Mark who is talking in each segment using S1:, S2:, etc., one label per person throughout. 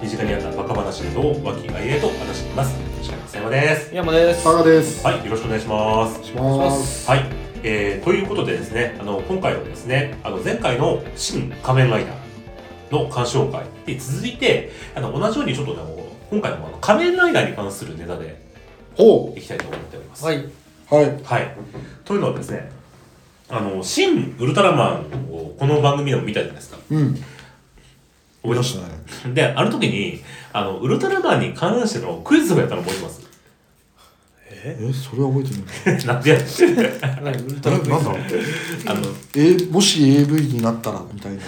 S1: 身近にあったバカ話などを和気あいあいと話しています吉川さんです
S2: 山です
S3: 佐賀です。
S1: はいよろしくお願いします
S3: します。
S1: はい、えーということでですね、あの今回はですね、あの前回の新仮面ライダーの鑑賞会で続いて、あの同じようにちょっとね、もう今回もあの仮面ライダーに関するネタで
S3: ほ
S1: いきたいと思っております。。
S2: はいい
S3: う。はい。
S1: はい、というのはですね、あの新ウルトラマンをこの番組でも見たじゃないですか。
S3: うん。
S1: 覚えてます
S3: ね。
S1: で、あの時にあのウルトラマンに関してのクイズをやったの覚えてます。
S3: え、それは覚えてない。
S1: なんでやって
S2: 何ウルトラ
S3: え、
S2: クイ
S3: な
S2: ズ
S3: んだ。
S1: あの
S3: え、もし AV になったらみたいな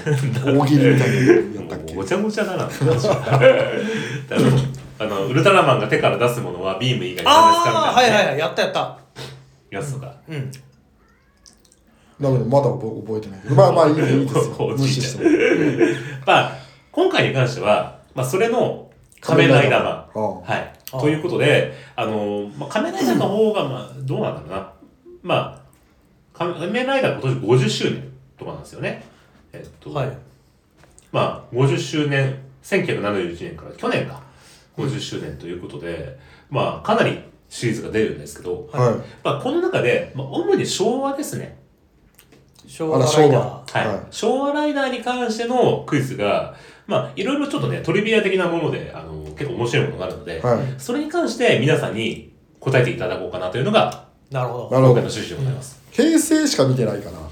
S3: 大喜利みたいなのやったっけ
S1: ご。ちゃごちゃだな あのあのウルトラマンが手から出すものはビーム以外なんですか
S2: あ
S1: み
S2: あーは
S1: たい
S2: い
S1: な、
S2: はいはいやったやった
S1: やつとか
S2: うん
S3: だめだまだ覚え覚えてないけど。まあまあいいねいいです
S1: お
S3: よ。
S1: お
S3: 無
S1: じい
S3: 視
S1: ちゃん
S3: しても。
S1: まあ今回に関しては、まあ、それの仮面ライダーマ
S3: あ
S1: ン
S3: あ。
S1: はい
S2: あー
S1: ということであの、まあ、仮面ライダーの方が、まあ、どうなんだろうなまあ仮面ライダー今年50周年とかなんですよねえっと、
S2: はい
S1: まあ、50周年、1971年から去年か、50周年ということで、まあ、かなりシリーズが出るんですけど、
S3: はい。
S1: まあ、この中で、まあ、主に昭和ですね。
S2: 昭和
S3: あら
S2: ライ
S3: 昭
S2: ダ
S3: 和
S2: ー。
S1: はい。
S3: はい
S1: 昭和ライダーに関してのクイズが、まあ、いろいろちょっとね、トリビア的なもので、あの、結構面白いものがあるので、
S3: はい。
S1: それに関して皆さんに答えていただこうかなというのが、
S2: なるほ
S3: な
S2: ど
S3: る
S1: 今
S3: ほ
S1: 回
S3: ど
S1: の。趣旨でございます。
S3: 平成しか見てないかな。
S1: うん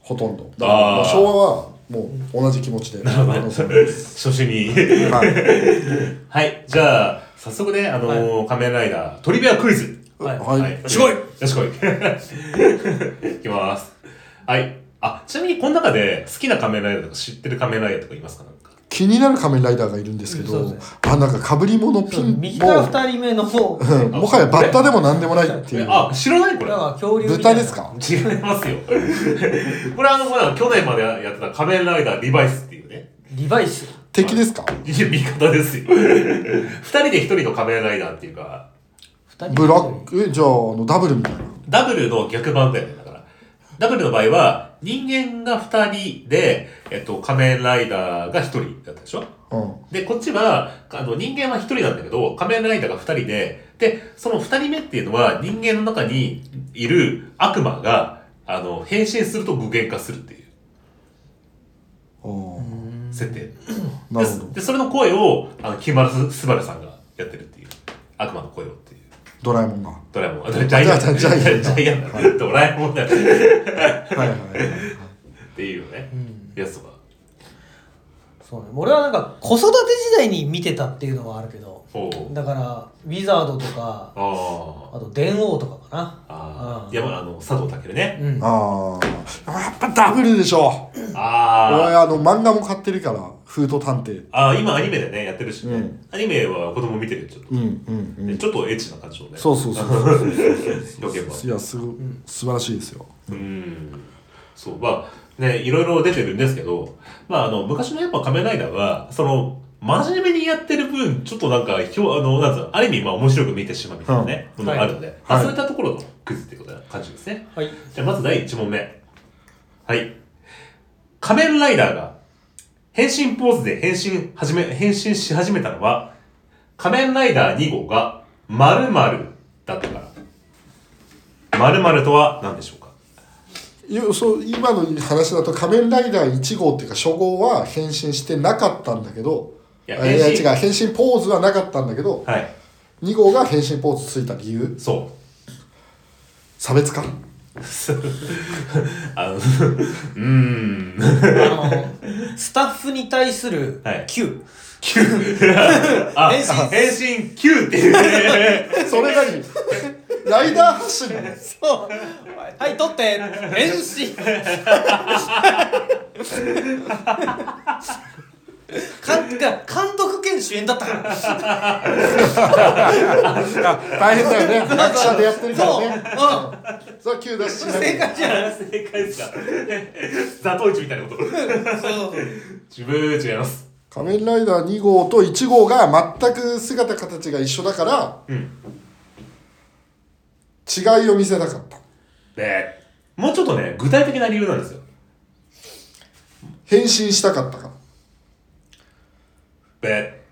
S3: ほとんど。だから
S1: あー
S3: まあ昭和はもう同じ気持ちで。
S1: なるほど
S3: あのそう
S1: 初心 に。
S3: はい。
S1: はい。じゃあ、早速ね、あの仮面ライダー、トリビアクイズ。
S2: はい
S3: はい
S1: はい。
S2: しこい
S1: よしこい。い きます。はい。あ、ちなみにこの中で好きな仮面ライダーとか知ってる仮面ライダーとかいますかなんか。
S3: 気になる仮面ライダーがいるんですけ
S2: そう
S3: ど
S2: ですね、
S3: あ、なんかかぶり物ピン
S2: 右
S3: も
S2: から
S3: う
S2: 二人目の 方なん
S3: うんもはやバッタでも何でもないっていう。
S1: あ、知らないこれ。
S2: か恐竜みた
S3: 豚
S2: いな
S3: ですか
S1: 違いますよ。 これあの、まだ去年までやってた仮面ライダーリバイスっていうね。
S2: リバイス
S3: 敵ですか
S1: いや味方です よ。二人で一人の仮面ライダーっていうか、
S2: 二人
S3: ブラック、えじゃあ、あの、ダブルみたいな。
S1: ダブルの逆版だよね、だから。ダブルの場合は、人間が二人で、えっと、仮面ライダーが一人だったでしょ
S3: うん。
S1: で、こっちは、あの、人間は一人なんだけど、仮面ライダーが二人で、で、その二人目っていうのは、人間の中にいる悪魔が、あの、変身すると具現化するっていう
S3: あ
S1: 設定。
S3: あ、なるほ
S1: で
S3: ど。
S1: で、それの声を、あの、木村すばるさんがやってるっていう。悪魔の声をっていう。
S3: ドラえもんが。は
S1: ドラえもん。あジャイアン。
S3: ジャイアン
S1: ジャイアンだね。ドラえもんだよ。っ
S3: いはいはい。
S1: ていうね
S2: う。ん
S1: やつとか。
S2: そうね俺はなんか子育て時代に見てたっていうのはあるけど
S1: おう
S2: だからウィザードとか
S1: あ
S2: あと電王とかか
S1: あ。あ
S2: あ
S1: あ。
S2: ー
S1: いや、まあ、あの、佐藤健ね。
S2: なうん
S3: ああ、やっぱダブルでしょ。俺、
S1: ああ。
S3: あの、漫画も買ってるから、フード探偵。
S1: ああ、今アニメでね、やってるし
S3: う
S1: ね
S3: ん。
S1: アニメは子供見てるよちょっと。
S3: うんうんう
S1: ね
S3: ん。
S1: ちょっとエッチな感じのね。
S3: そうそうそうそうそう
S1: よければ
S3: いや、すご、素晴らしいですよ。
S1: うん。そう、まあ、ね、いろいろ出てるんですけど、まあ、あの、昔のやっぱ仮面ライダーは、その、真面目にやってる分、ちょっとなんか、ひょあの、なんつうの、ある意味、まあ、面白く見てしまうみたいなね、
S2: うん
S1: ものがあるので、まあ
S3: はい
S1: そういったところのクイズってことな感じですね。
S2: はい
S1: じゃあ、まず第1問目。はい。仮面ライダーが、変身ポーズで変身始め、変身し始めたのは、仮面ライダー2号が、〇〇だったから。〇〇とは何でしょうか
S3: いやそう今の話だと仮面ライダー1号っていうか初号は変身してなかったんだけど
S1: いや
S3: あいや
S1: 変身
S3: 違う変身ポーズはなかったんだけど
S1: はい。
S3: 2号が変身ポーズついた理由
S1: そう。
S3: 差別化
S1: あの、うーん。
S2: あのスタッフに対する
S1: はい
S2: 9
S1: 9。あ、
S2: 変身
S1: 変身9っていう ね。
S3: それ何ライダー発信なの
S2: そうはい取って変身監監督兼主演だったからそう、
S3: 大変だ よね役者でやってるからね
S2: う
S3: それは急だし
S2: ん、正解じゃん
S1: 正解ですか。 ザトウイチみたいなこと。
S2: そう
S1: 自分違います。
S3: 仮面ライダー2号と1号が全く姿形が一緒だから
S1: うん。
S3: 違いを見せなかった
S1: で、もうちょっとね、具体的な理由なんですよ。
S3: 変身したかったから
S1: べ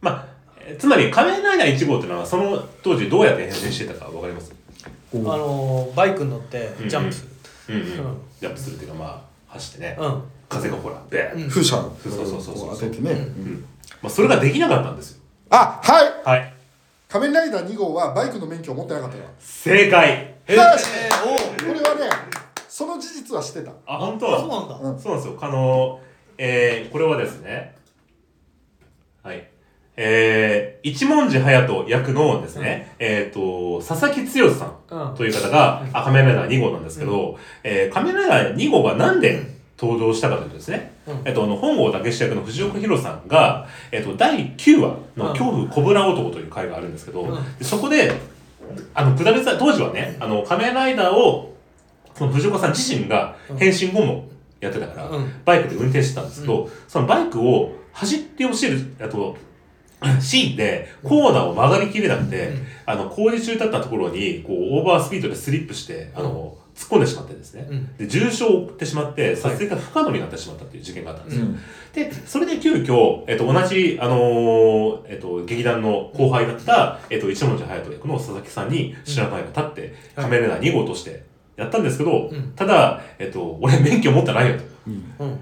S1: まあえーつまり仮面ライダー1号っていうのはその当時どうやって変身してたかわかります
S3: お
S2: あのーバイクに乗って
S1: うん
S2: ジャンプす
S1: うんうん
S2: うん
S1: ジャンプするっていうかまあ走ってね、
S2: るうん
S1: 風がほらべ
S2: うん
S3: 風車をこ
S1: そうそうそうそう
S3: う当ててね、
S1: う
S3: うん
S1: んまあ、それができなかったんですよ
S3: あはい
S1: はい
S3: 仮面ライダー2号はバイクの免許を持ってなかったよ
S1: 正解
S2: えー
S3: よし
S2: おう
S3: これはねその事実はしてた
S1: あ本
S2: あ
S1: 当
S2: そうなんだ
S3: うん
S1: そうなんですよ。あの、えー、これはですね、はい。えー、一文字隼人役のですね、えっ、と、佐々木剛さん
S2: うん
S1: という方が、あ、仮面ライダー2号なんですけど、えー、仮面ライダー2号がなんで登場したかというとですね、
S2: うん
S1: えっと、あの、本郷武史役の藤岡弘さんが、えっと、第9話の恐怖コブラ男という回があるんですけど、
S2: うん
S1: でそこで、あの、くだりさ、当時はね、あの、仮面ライダーを、その藤岡さん自身が変身後もやってたから、
S2: うん
S1: バイクで運転してたんですけど、そのバイクを走って走る、あと、シーンでコーナーを曲がりきれなくて、
S2: うん
S1: あの、工事中だったところに、こう、オーバースピードでスリップして、あの、突っ込んでしまってですね。
S2: うん
S1: で、重傷を負ってしまって、撮影が不可能になってしまったっていう事件があったんですよ。
S3: うん
S1: で、それで急遽、えっと、同じ、あのーえっと、劇団の後輩だった、えっと、一文字隼人役の佐々木さんに白河が立って、
S2: はい
S1: カメラダー2号としてやったんですけど、
S2: うん
S1: ただ、えっと、俺免許持ってないよと。
S2: うん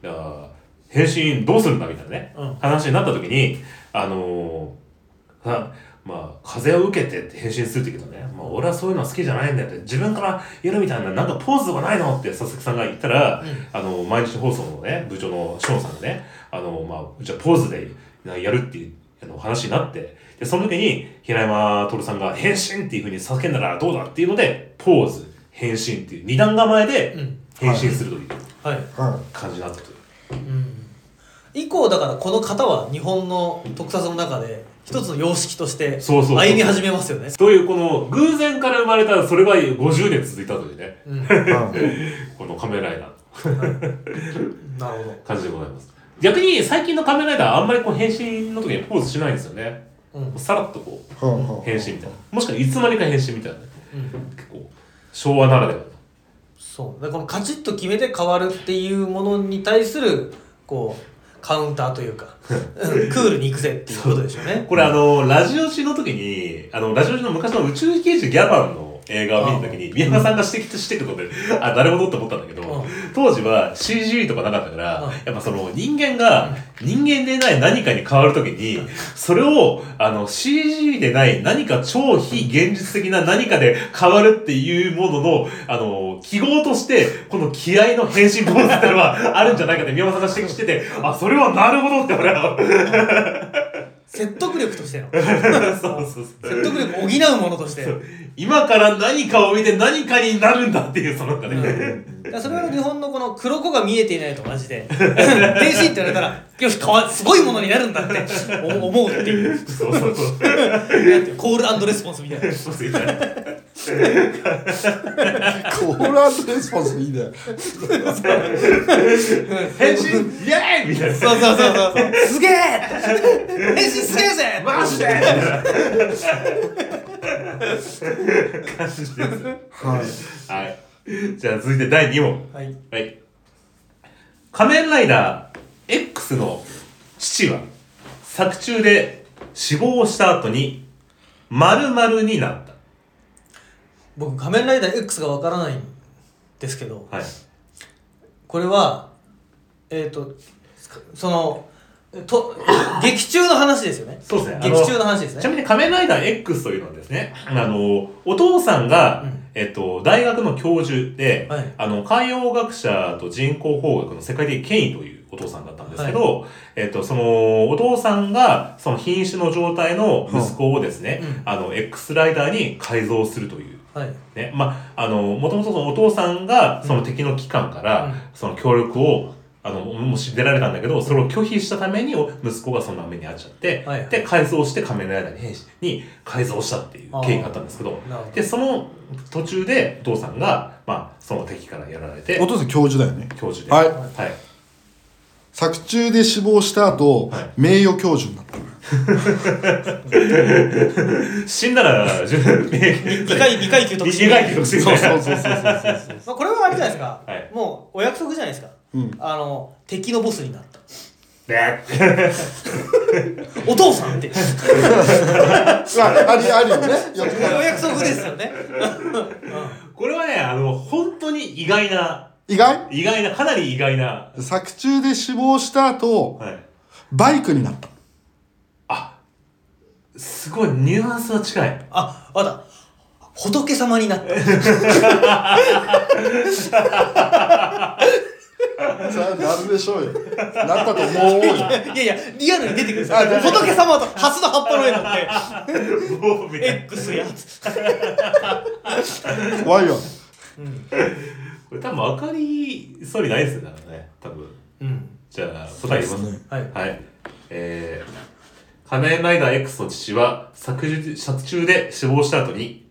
S1: だから変身どうするんだみたいなね、
S2: うん
S1: 話になった時に、あのーあまあ、風を受けてって変身するって言うけどね、まあ、俺はそういうの好きじゃないんだよって、自分からやるみたいな、なんかポーズがないのって佐々木さんが言ったら、
S2: うん
S1: あの、毎日放送のね、部長のショーンさんがね、あの、まあ、じゃあポーズでやるっていうあの話になって、で、その時に平山徹さんが変身っていうふうに叫んだらどうだっていうので、ポーズ、変身っていう二段構え
S2: う
S1: で
S2: ん
S1: 変身するという
S2: はい
S3: は
S1: 感じになったという。
S2: うん以降だからこの方は日本の特撮の中で一つの様式として
S1: そうそうそう
S2: 歩み始めますよね
S1: というこの偶然から生まれたそれが50年続いたというね
S2: うん
S3: い、うん
S1: この仮面ライダーの
S2: なるほど
S1: 感じでございます逆に最近の仮面ライダーあんまりこう変身の時にポーズしないんですよね
S2: うん
S1: さらっとこう
S3: はあはあ
S1: 変身みたいなもしくはいつの間にか変身みたいなね
S2: うん
S1: 結構昭和ならではの
S2: そうだからこのカチッと決めて変わるっていうものに対するこうカウンターという か、うん、クールに行くぜっていうことでしょうね
S1: これあのラジオ誌の時にあのラジオ誌の昔の宇宙刑事ギャバンの映画を見た時に宮山さんが指摘してることであなるほどって思ったんだけ
S2: うん
S1: ど当時は CG とかなかったから
S2: うん
S1: やっぱその人間が人間でない何かに変わる時にそれをあの CG でない何か超非現実的な何かで変わるっていうもののあの記号としてこの気合の変身ポーズってのはあるんじゃないかって宮山さんが指摘しててあそれはなるほどって俺は
S2: 説得力としての
S1: そうそうそう
S2: 説得力を補うものとして
S1: そう今から何かを見て何かになるんだっていうそのなんかね、
S2: うんだからそれは日本のこの黒子が見えていないと同じで変身って言われたらよしかわすごいものになるんだって思思うっていう
S1: そうそうそう
S2: コールレスポンスみたいな
S1: そうそうそう
S3: コールアンドレスポンスいいね
S1: 変身イエーイみたいな
S2: そうそうそうそうすげえ変身すげえぜ
S1: マジでみたいな感じです
S3: はい
S1: はいじゃあ続いて第2問
S2: はい
S1: はい仮面ライダー X の父は作中で死亡した後に〇〇になった
S2: 僕仮面ライダー X がわからないんですけど
S1: はい
S2: これはえっ、とそのと劇中の話ですよね
S1: そうですねあ
S2: 劇中の話です
S1: ちな
S2: ね
S1: みに仮面ライダー X というのはですね、あの、お父さんが、
S2: うん
S1: えっと、大学の教授で、
S2: はい
S1: あの、海洋学者と人工工学の世界的権威というお父さんだったんですけど、えっと、その、お父さんが、その瀕死の状態の息子をですね、
S2: うん
S1: あの、X ライダーに改造するという。
S2: はい
S1: ね、まあ、あの、もともとそのお父さんが、その敵の機関から、
S2: うん
S1: その協力を、あの、もし出られたんだけど、それを拒否したために、お息子がそんな目に遭っちゃって、
S2: はい
S1: で、改造して仮面ライダーに変身、に改造したっていう経緯があったんですけど、
S2: なるほど
S1: で、その途中で、お父さんが、まあ、その敵からやられて
S3: お、父さん教授だよね
S1: 教授で。
S3: はい
S1: はい。
S3: 作中で死亡した後、
S1: はい
S3: 名誉教授になった
S1: 死んだら、自分で、
S2: 2回2回級特進
S1: 二階級特進
S3: そうそうそうそうそうそう
S2: まあ、これはあれじゃないですか、
S1: はい
S2: もうお約束じゃないですか
S3: うん
S2: あの敵のボスになった
S1: ね
S2: お父さんって
S3: あありありよねよく
S2: お約束ですよね
S1: これはね、あの、本当に意外な、
S3: 意外
S1: 意外な、かなり意外な、
S3: 作中で死亡した後
S1: はい。
S3: バイクになった
S1: すごい、ニュアンスは近い。
S2: あまだ仏様にな った
S3: さあなるでしょうよなったと思うよ
S2: いやいやリアルに出てくるんですよ仏様とハスの葉っぱの絵 なん
S1: もうみたい
S2: で
S1: な
S2: X やつ
S3: 怖いよ
S1: これ多分分かりそうにないですよね、だからね。多分。
S2: うん
S1: じゃあ、答え言います。
S3: そうです
S2: はい
S1: はい。えー、仮面ライダー X の父は作中作中で死亡した後に、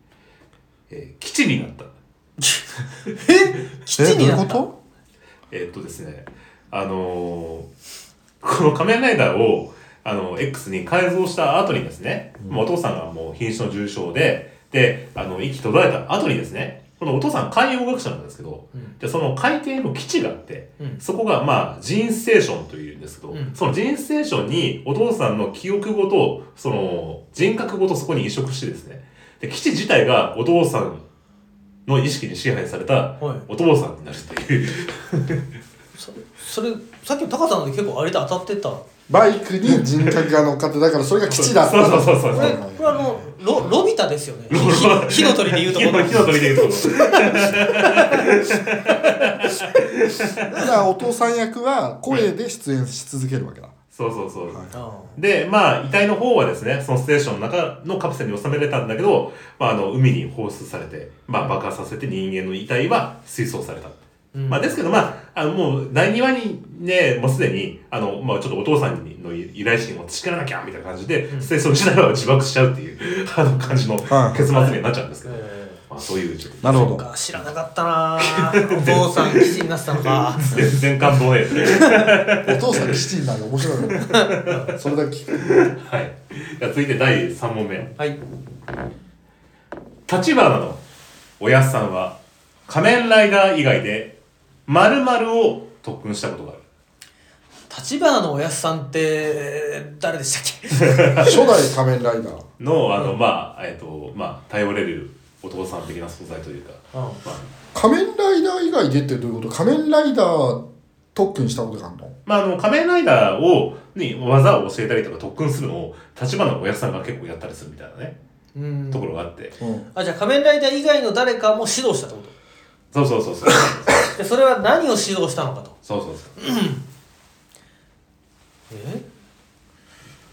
S1: えー、基地になった。
S2: え基地
S3: えどう
S2: に
S3: いう
S2: な
S3: こ
S2: った
S3: と
S1: えーっとですね、あのーこの仮面ライダーを、あの、X に改造した後にですね、もうお父さんがもう瀕死の重傷で、で、あの、息途絶えた後にですね、このお父さん海洋学者なんですけど、
S2: うん
S1: で、その海底の基地があって、
S2: うん
S1: そこがまあ、ジンステーションというんですけど、
S2: うん
S1: そのジンステーションにお父さんの記憶ごと、その、人格ごとそこに移植してですね、で、基地自体がお父さんの意識に支配された
S2: はい
S1: お父さんになるっていう、
S2: そそれさっきの高さんので結構あれで当たってたこ
S3: バイクに人格が乗っかってだからそれが基地だっ
S1: そ
S3: た
S1: うそうそうそう
S2: れ
S3: はいはい
S2: これあのロロビタで すよね火火の鳥で言うとこ
S1: 火の
S2: ろ
S1: 火の鳥で言うところ。
S3: だからお父さん役は声で出演し続けるわけだ
S1: そうそうそう。
S3: はい
S2: ああ
S1: で、まあ、遺体の方はですね、そのステーションの中のカプセルに収めれたんだけど、まあ、あの、海に放出されて、まあ、爆破させて人間の遺体は水槽された。
S2: うん
S1: まあ、ですけど、まあ、あの、もう、第2話にね、もうすでに、あの、まあ、ちょっとお父さんの依頼心を叱らなきゃ、みたいな感じで、ステーション自体は自爆しちゃうっていう、あの、感じの
S3: はい
S1: 結末になっちゃうんですけど、
S2: えー
S1: まあ、そういう、ちょっと、
S3: なる
S2: そ
S3: ほ
S2: っ
S3: ど
S2: か知らなかったなぁお父さん記事になってた のか
S1: 全然感動ねえですね。
S3: お父さん基地になる面白いね それだけ聞く
S1: はい。じゃあ続いて第3問目。
S2: はい
S1: 立花のおやっさんは仮面ライダー以外で〇〇を特訓したことがある。
S2: 立花のおやっさんって誰でしたっ
S3: 初代仮面ライダー
S1: の、あの、まあ、えっと、まあ、頼れるお父さん的な存在というか、
S2: け、うん
S1: まあ、
S3: 仮面ライダー以外でってどういうこと仮面ライダー特訓したことがあるの
S1: まあ、あの、仮面ライダーを、に技を教えたりとか特訓するのを、立花のおやっさんが結構やったりするみたいなね、
S2: うん
S1: ところがあって。
S3: うん、
S2: あじゃあ仮面ライダー以外の誰かも指導したってこと
S1: そうそうそうそう。そう
S2: でそれは何を指導したのかと
S1: そうそう。
S2: え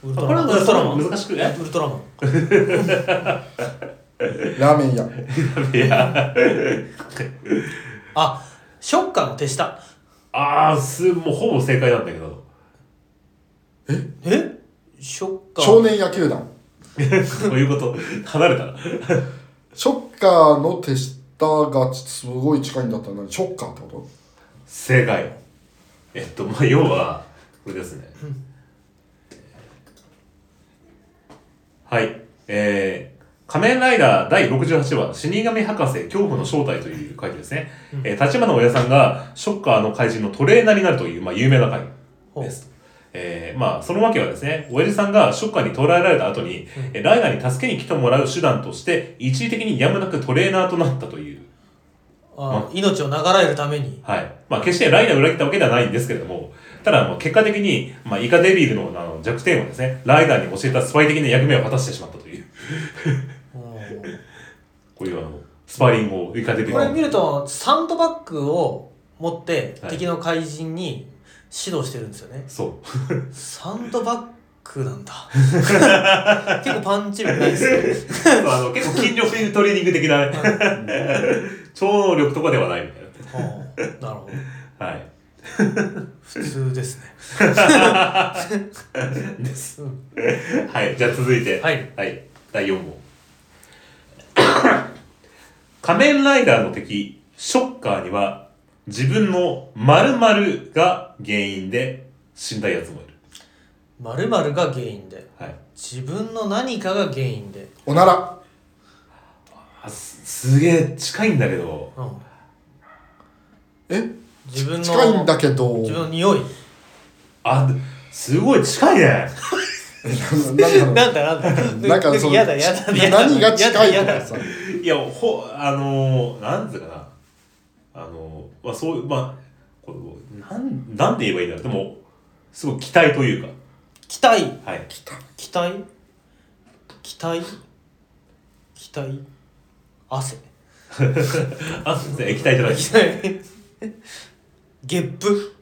S2: ウル
S1: あ
S2: ト
S1: これは
S2: ラマンウルトラマン
S1: 難しくね。
S2: ウルトラマン
S3: ラーメン屋
S1: いや、
S2: あショッカーの手下
S1: あー、す、もうほぼ正解なんだけど。
S2: えショッカー
S3: 少年野球団
S1: ということ、離れたら。
S3: ショッカーの手下がすごい近いんだったら何ショッカーってこ
S1: 正解えっとまあ要はこれですね、はいえー仮面ライダー第68話、死神博士恐怖の正体という回ですね。えー、立花親さんがショッカーの怪人のトレーナーになるという、まあ、有名な回です。えーまあ、そのわけはですね、親父さんがショッカーに捕らえられた後に、えーライダーに助けに来てもらう手段として、一時的にやむなくトレーナーとなったという、
S2: あ命を長らえるために
S1: はい。まあ、決してライダーを裏切ったわけではないんですけれども、ただ、まあ結果的に、まあ、イカデビルのあの弱点をですね、ライダーに教えたスパイ的な役目を果たしてしまったという、
S2: うん
S1: こういうあの、スパーリングをイカデビル
S2: これ見
S1: の。
S2: るとサンドバッグを持って
S1: はい
S2: 敵の怪人に指導してるんですよね、
S1: そう。
S2: サンドバッグなんだ結構パンチ力ないですね
S1: そうあの結構筋力トレーニング的な、 超能力とかではないみたい
S2: はあなるほど
S1: な。はい。
S2: 普通ですね
S1: です。
S2: うん
S1: はい。じゃあ続いて。
S2: はい。
S1: はい。第4問。 仮面ライダーの敵、ショッカーには、自分の〇〇が原因で死んだやつもいる。
S2: 〇〇が原因で
S1: はい。
S2: 自分の何かが原因で、
S3: とおなら
S1: あすすげえ近いんだけど、
S2: うん、
S3: え
S2: 自分の
S3: 近いんだけど
S2: 自分の匂い
S1: あ、すごい近いね。
S3: なんか
S2: なんだなんだ。
S3: なんかその
S2: やだやだやだ。
S3: 何が近い
S2: や
S3: と
S2: だや
S3: か
S2: だ
S3: さ
S1: いや、ほ、あのー、なんつうかな。あのー、まあそういう、まあ、こうなん、なんて言えばいいんだろう。でも、すごい期待というか。
S2: 期待
S1: はい。
S2: 期待期待期待汗
S1: あ、すいません、期待 じゃない
S2: 期待 ゲップ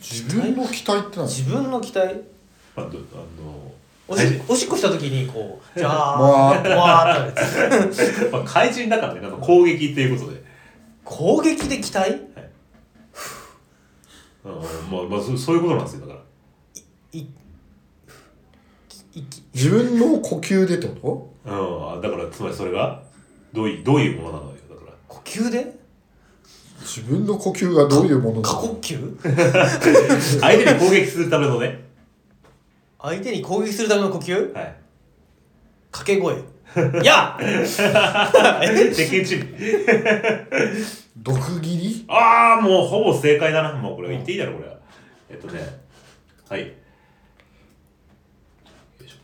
S3: 自分の期待って何
S2: 自分の期待
S1: あどあ
S2: お
S1: の
S2: し
S1: 怪人
S2: おしっこした時にこうじゃあ
S3: わ
S2: わ
S3: ー
S2: ー
S3: っ
S2: ってなるやつ
S1: まあ、怪人だからね、なんか攻撃っていうことで。
S2: 攻撃で期待
S1: あのまあ、まあ、そうそういうことなんですよ、だから。
S2: いいき
S3: 自分の呼吸でってこ
S1: うん、あだから、つまりそれが、どういう、どういうものなのよ、だ から。
S2: 呼吸で
S3: と自分の呼吸がどういうもの
S2: 過
S3: だ
S2: 呼吸
S1: 相手に攻撃するためのね。
S2: 相手に攻撃するための呼吸
S1: はい。
S2: 掛け声やっ
S1: 鉄拳チーム。
S3: 毒斬り
S1: ああ、もうほぼ正解だな。もうこれ言っていいだろ、これは。えっとね。はい。よいしょ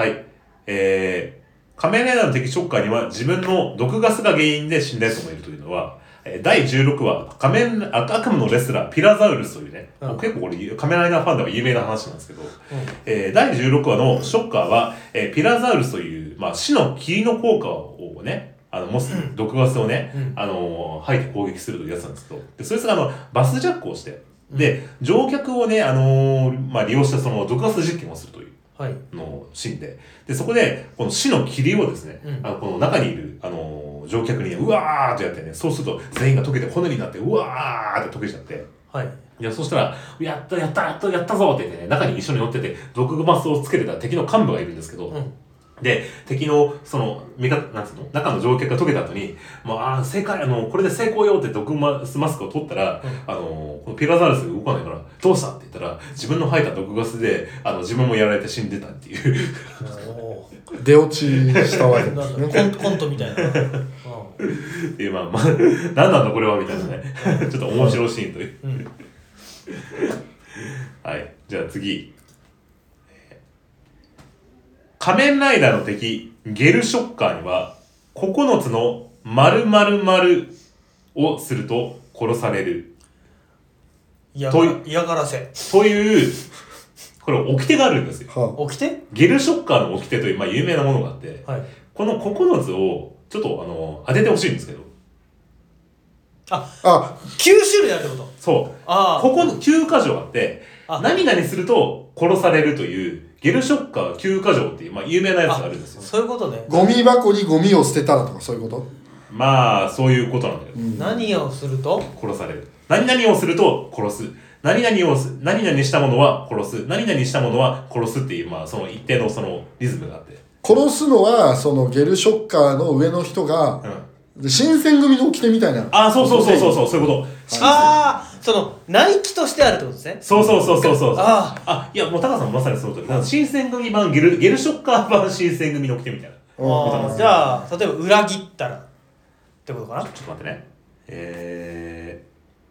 S1: はい。えー、仮面ライダーの敵ショッカーには自分の毒ガスが原因で死んだやつもいるというのは、えー第16話、仮面、あ悪夢のレスラー、ピラザウルスというね、
S2: うん
S1: 結構これ、仮面ライダーファンでは有名な話なんですけど、
S2: うん
S1: えー第16話のショッカーは、えーピラザウルスという、まあ、死の霧の効果をね、あの、もし、毒ガスをね、
S2: うん
S1: あのー吐いて攻撃するというやつなんですけど、で、そいつがあの、バスジャックをして、で、乗客をね、あのーまあ、利用したその毒ガス実験をするという。
S2: はい
S1: のシーンで。で、そこで、この死の霧をですね、
S2: うん
S1: あのこの中にいる、あのー乗客に、うわーってやってね、そうすると全員が溶けて骨になって、うわーって溶けちゃって、
S2: はい
S1: いや、そしたら、やった、やった、やった、やったぞって言ってね、中に一緒に乗ってて、毒マスをつけてた敵の幹部がいるんですけど、
S2: うん
S1: で、敵の、その、味方、なんつうの中の乗客が溶けた後に、もう、ああ、正解、あの、これで成功よって毒マスマスクを取ったら、あの、このピラザウルスが動かないから、どうしたって言ったら、自分の吐いた毒ガスで、あの、自分もやられて死んでたっていう。
S2: おー
S3: 出落ちしたわけ で
S2: な
S3: す
S2: ん
S3: ね
S2: だコンコントみ たいな、うん
S1: っていう、まあ、まあ、 何なんだこれはみたいなね。 ちょっと面白いシーンという。
S2: うん、
S1: はい。じゃあ次。仮面ライダーの敵、ゲルショッカーには、9つの〇〇〇をすると殺される。
S2: 嫌が
S1: とい
S2: 嫌がらせ
S1: という、これ、掟があるんですよ。
S3: は
S2: 起きて
S1: ゲルショッカーの掟という、まあ、有名なものがあって、
S2: はい
S1: この9つを、ちょっと、あの、当ててほしいんですけど。
S2: あ
S3: あ
S2: 九種類あるってこと
S1: そう。
S2: ああ
S1: ここ9箇条あって
S2: あ、
S1: 何々すると殺されるという、ゲルショッカー9箇条っていう、まあ、有名なやつがあるんですよ。
S2: そういうことね
S3: ゴミ箱にゴミを捨てたらとかそういうこと
S1: まあ、そういうことなんだけど、
S2: 何をすると
S1: 殺される。何々をすると殺す。何々をす、何々したものは殺す。何々したものは殺すっていう、まあ、その一定のそのリズムがあって。
S3: 殺すのはそのゲルショッカーの上の人が
S1: うん。
S3: 新選組の掟みたいな
S1: あ、そうそうそうそうそう、そういうこと。
S2: ああその内気としてあるってことですね
S1: そうそうそうそうそう。
S2: あ
S1: あ、いや、もう高さんまさにその通り。だから新選組版ゲル、ゲルショッカー版新選組の来てみたいな。
S2: あ
S3: うん
S2: ああじゃあ例えば裏切ったらってことかな
S1: ちょっと待ってね。え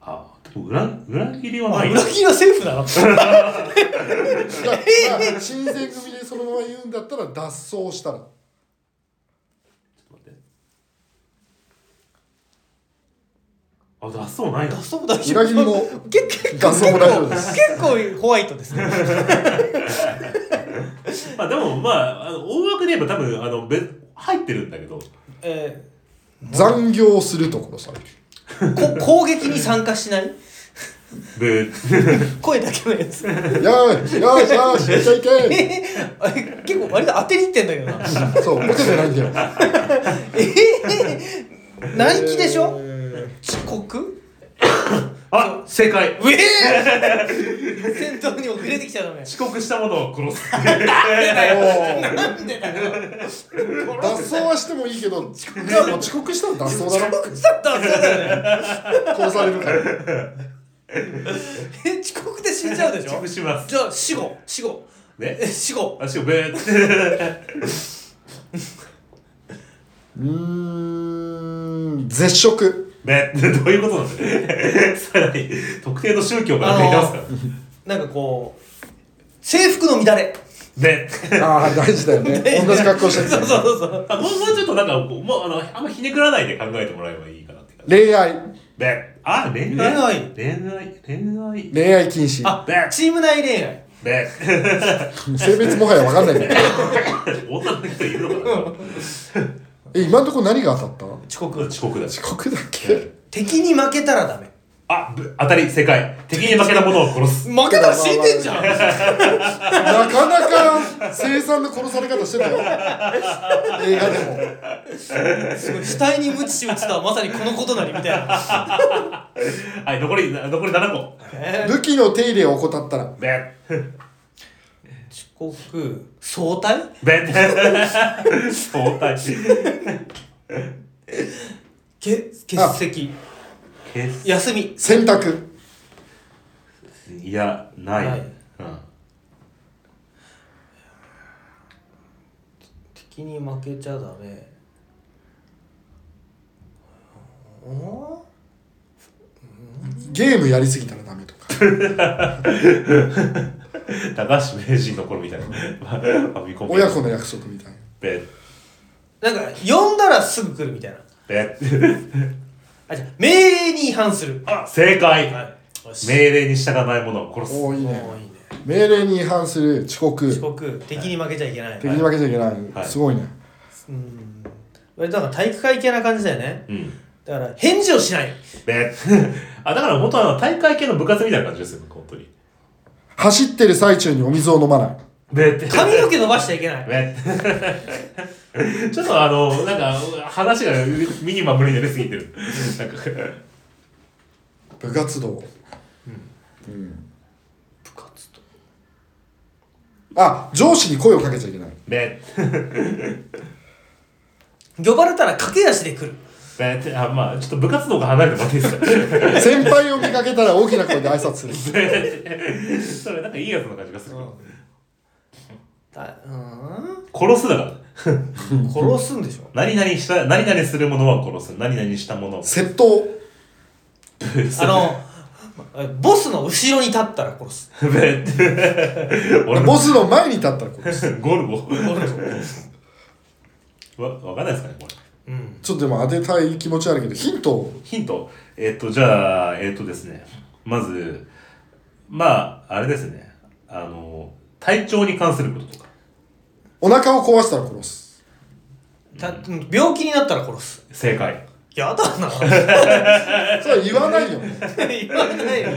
S1: ー、あ、でも裏、裏切りは
S2: あ
S1: ない。
S2: 裏切りはセーフ なの
S3: だから新選組でそのまま言うんだったら脱走したら
S1: あ、脱走ないな
S2: 脱。走も大丈夫
S3: 裏切りも
S2: 結結
S3: 脱走も大丈夫です
S2: 結構ホワイトですね
S1: まあでも、まあ、あの大枠で言えば多分、あの、べ入ってるんだけど、
S2: え
S3: 残業するところさ
S2: ー、こ攻撃に参加しない
S1: ブ
S2: 声だけのやつ
S3: よーしよーしよーしいけいけ
S2: あれ結構割と当てにいってんだけどな
S3: そうボケてないんだよ
S2: えー、内気でしょ
S3: え
S2: 遅刻
S1: あ、正解
S2: うえー、戦闘に遅れてきちゃダメ
S1: 遅刻したものを殺 す。
S3: ー
S2: なんでだよ
S3: もう脱走はしてもいいけど遅刻はもう遅刻したら脱走だろ
S2: 遅刻 だったらそうだよね
S3: 殺されるから
S2: え遅刻で死んじゃうでし
S1: 遅
S2: ょ
S1: 刻します。
S2: じゃあ死後死後
S1: ね
S2: え。死後
S1: 足をブーって。
S3: うーん絶食
S1: べ、どういうことなんですか さらに、特定の宗教から書いてますから。
S2: なんかこう制服の乱れ
S1: べ、
S3: ああ 大事だよね同じ格好して る
S2: そうそうそう
S1: あもうもうちょっとなんかこう、もうあの、あんまひねくらないで考えてもらえばいいかなって感じ。
S3: 恋愛
S1: べ、あ、恋愛。恋愛。恋愛。
S3: 恋愛禁止
S2: あチーム内恋愛
S1: べ、
S3: 性別もはや分かんないけ ど
S1: 女の人いるのかな
S3: え今のところ何が当たっ
S2: 遅刻
S1: 遅刻だし。
S3: た遅刻だっけ
S2: 敵に負けたらダメ
S1: あ、ぶ当たり、正解。敵に負けた者を殺す。
S2: 負けたら死んでんじゃん
S3: なかなか生産の殺され方してたよ映画でも
S2: すごい額にムチし打つとはまさにこのことなりみたいな、
S1: はい、残り、残り7個。
S2: えー
S3: 武器の手入れを怠ったら
S1: べ、
S2: 遅刻早退
S1: べ、 相対。
S2: け欠席
S1: け
S2: 休み
S3: 洗濯
S1: いや、ない。
S2: ない
S1: うん。
S2: 敵に負けちゃダメうん
S3: ゲームやりすぎたらダメとか
S1: 高橋名人の頃みたいな。ファミコン
S3: 親子の約束みたいな
S1: べ、
S2: なんか呼んだらすぐ来るみたいな
S1: べ、
S2: あじゃあ命令に違反する
S1: あ正解、
S2: はいよし
S1: 命令に従わない者を殺す。
S3: おおいいね
S2: もういいね
S3: 命令に違反する遅刻
S2: 遅刻敵に負けちゃいけない、
S3: 敵に負けちゃいけない、
S1: はい
S3: すごいね
S2: うん割となんか体育会系な感じだよね
S1: うん。
S2: だから返事をしない
S1: べ、 あ、だから本当はあの大会系の部活みたいな感じですよ、本当に。
S3: 走ってる最中にお水を飲まない
S1: べ、
S2: 髪の毛伸ばしちゃいけない
S1: ね。 ちょっとあの、なんか、話がミニマムになりすぎてる。なんか、
S3: 部活動、
S2: 部活と
S3: あ上司に声をかけちゃいけない
S1: ね、
S2: 呼ばれたら駆け足で来る
S1: ね、あ、まあちょっと部活動が離れてもらっていいですか
S3: 先輩を見かけたら大きな声で挨拶する
S1: それなんかいいやつの感じがする。
S2: だう
S1: 殺すだから。
S2: ーん殺すんでしょ
S1: 何々した、何々する者は殺す。何々した者を。
S3: 窃盗
S2: あのボスの後ろに立ったら殺す
S1: ね 俺も
S3: ボスの前に立ったら殺す
S1: ゴルゴ。わ、わかんないですかね、これ。
S2: うん
S3: ちょっとでも当てたい気持ちはあるけどヒントを
S1: ヒント。えっと、じゃあ、えっとですね。まず、まあ、あれですね。あの、体調に関することとか。
S3: お腹を壊したら殺す
S2: た病気になったら殺す
S1: 正解。
S2: やだな
S3: それは言わないよね
S2: 言わないよ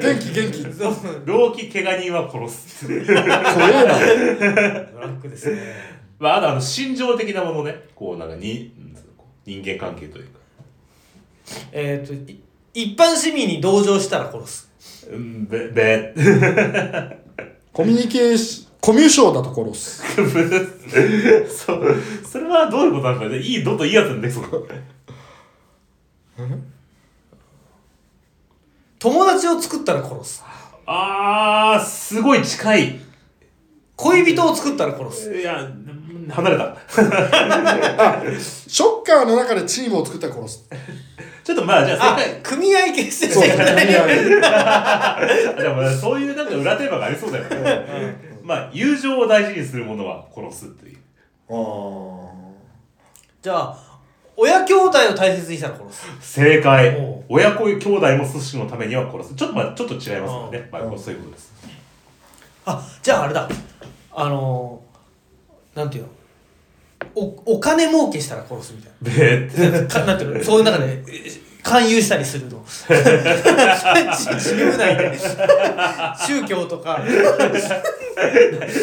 S3: 元気元気怖
S2: そう
S1: 病気、怪我人は殺す。
S3: えな
S2: ブラックですね
S1: まあ、あとあの、心情的なものね。こう、なんかに、うんこう人間関係というか。
S2: えっ、とい一般市民に同情したら殺す
S1: うん、べ、べ、
S3: コミュニケーシコミュ障だと殺す
S1: そう、それはどういうことなんだろうね。いい、どんどんいいやつにできそうだ。
S2: 友達を作ったら殺す
S1: あー、すごい近い。い
S2: 恋人を作ったら殺す
S1: や、うん離れた。
S3: ショッカーの中でチームを作ったら殺す
S1: ちょっとまあ、じゃあ
S2: あ
S1: 正解。
S2: 組合結成
S3: そう組合
S1: あ でもねそういうなんか裏テーマがありそうだよね。まあ、友情を大事にする者は殺すという。
S3: あー
S2: じゃあ親兄弟を大切にしたら殺す
S1: 正解
S2: おう。
S1: 親子兄弟も寿司のためには殺す。ちょっとまあ、ちょっと違いますよね。まあ、
S3: うん
S1: こうそういうことです。
S2: あじゃああれだあのー、なんていうのおお金儲けしたら殺すみたいな
S1: で、
S2: かなんていうのそういう中でえ勧誘したりするのそれ自由内で宗教とか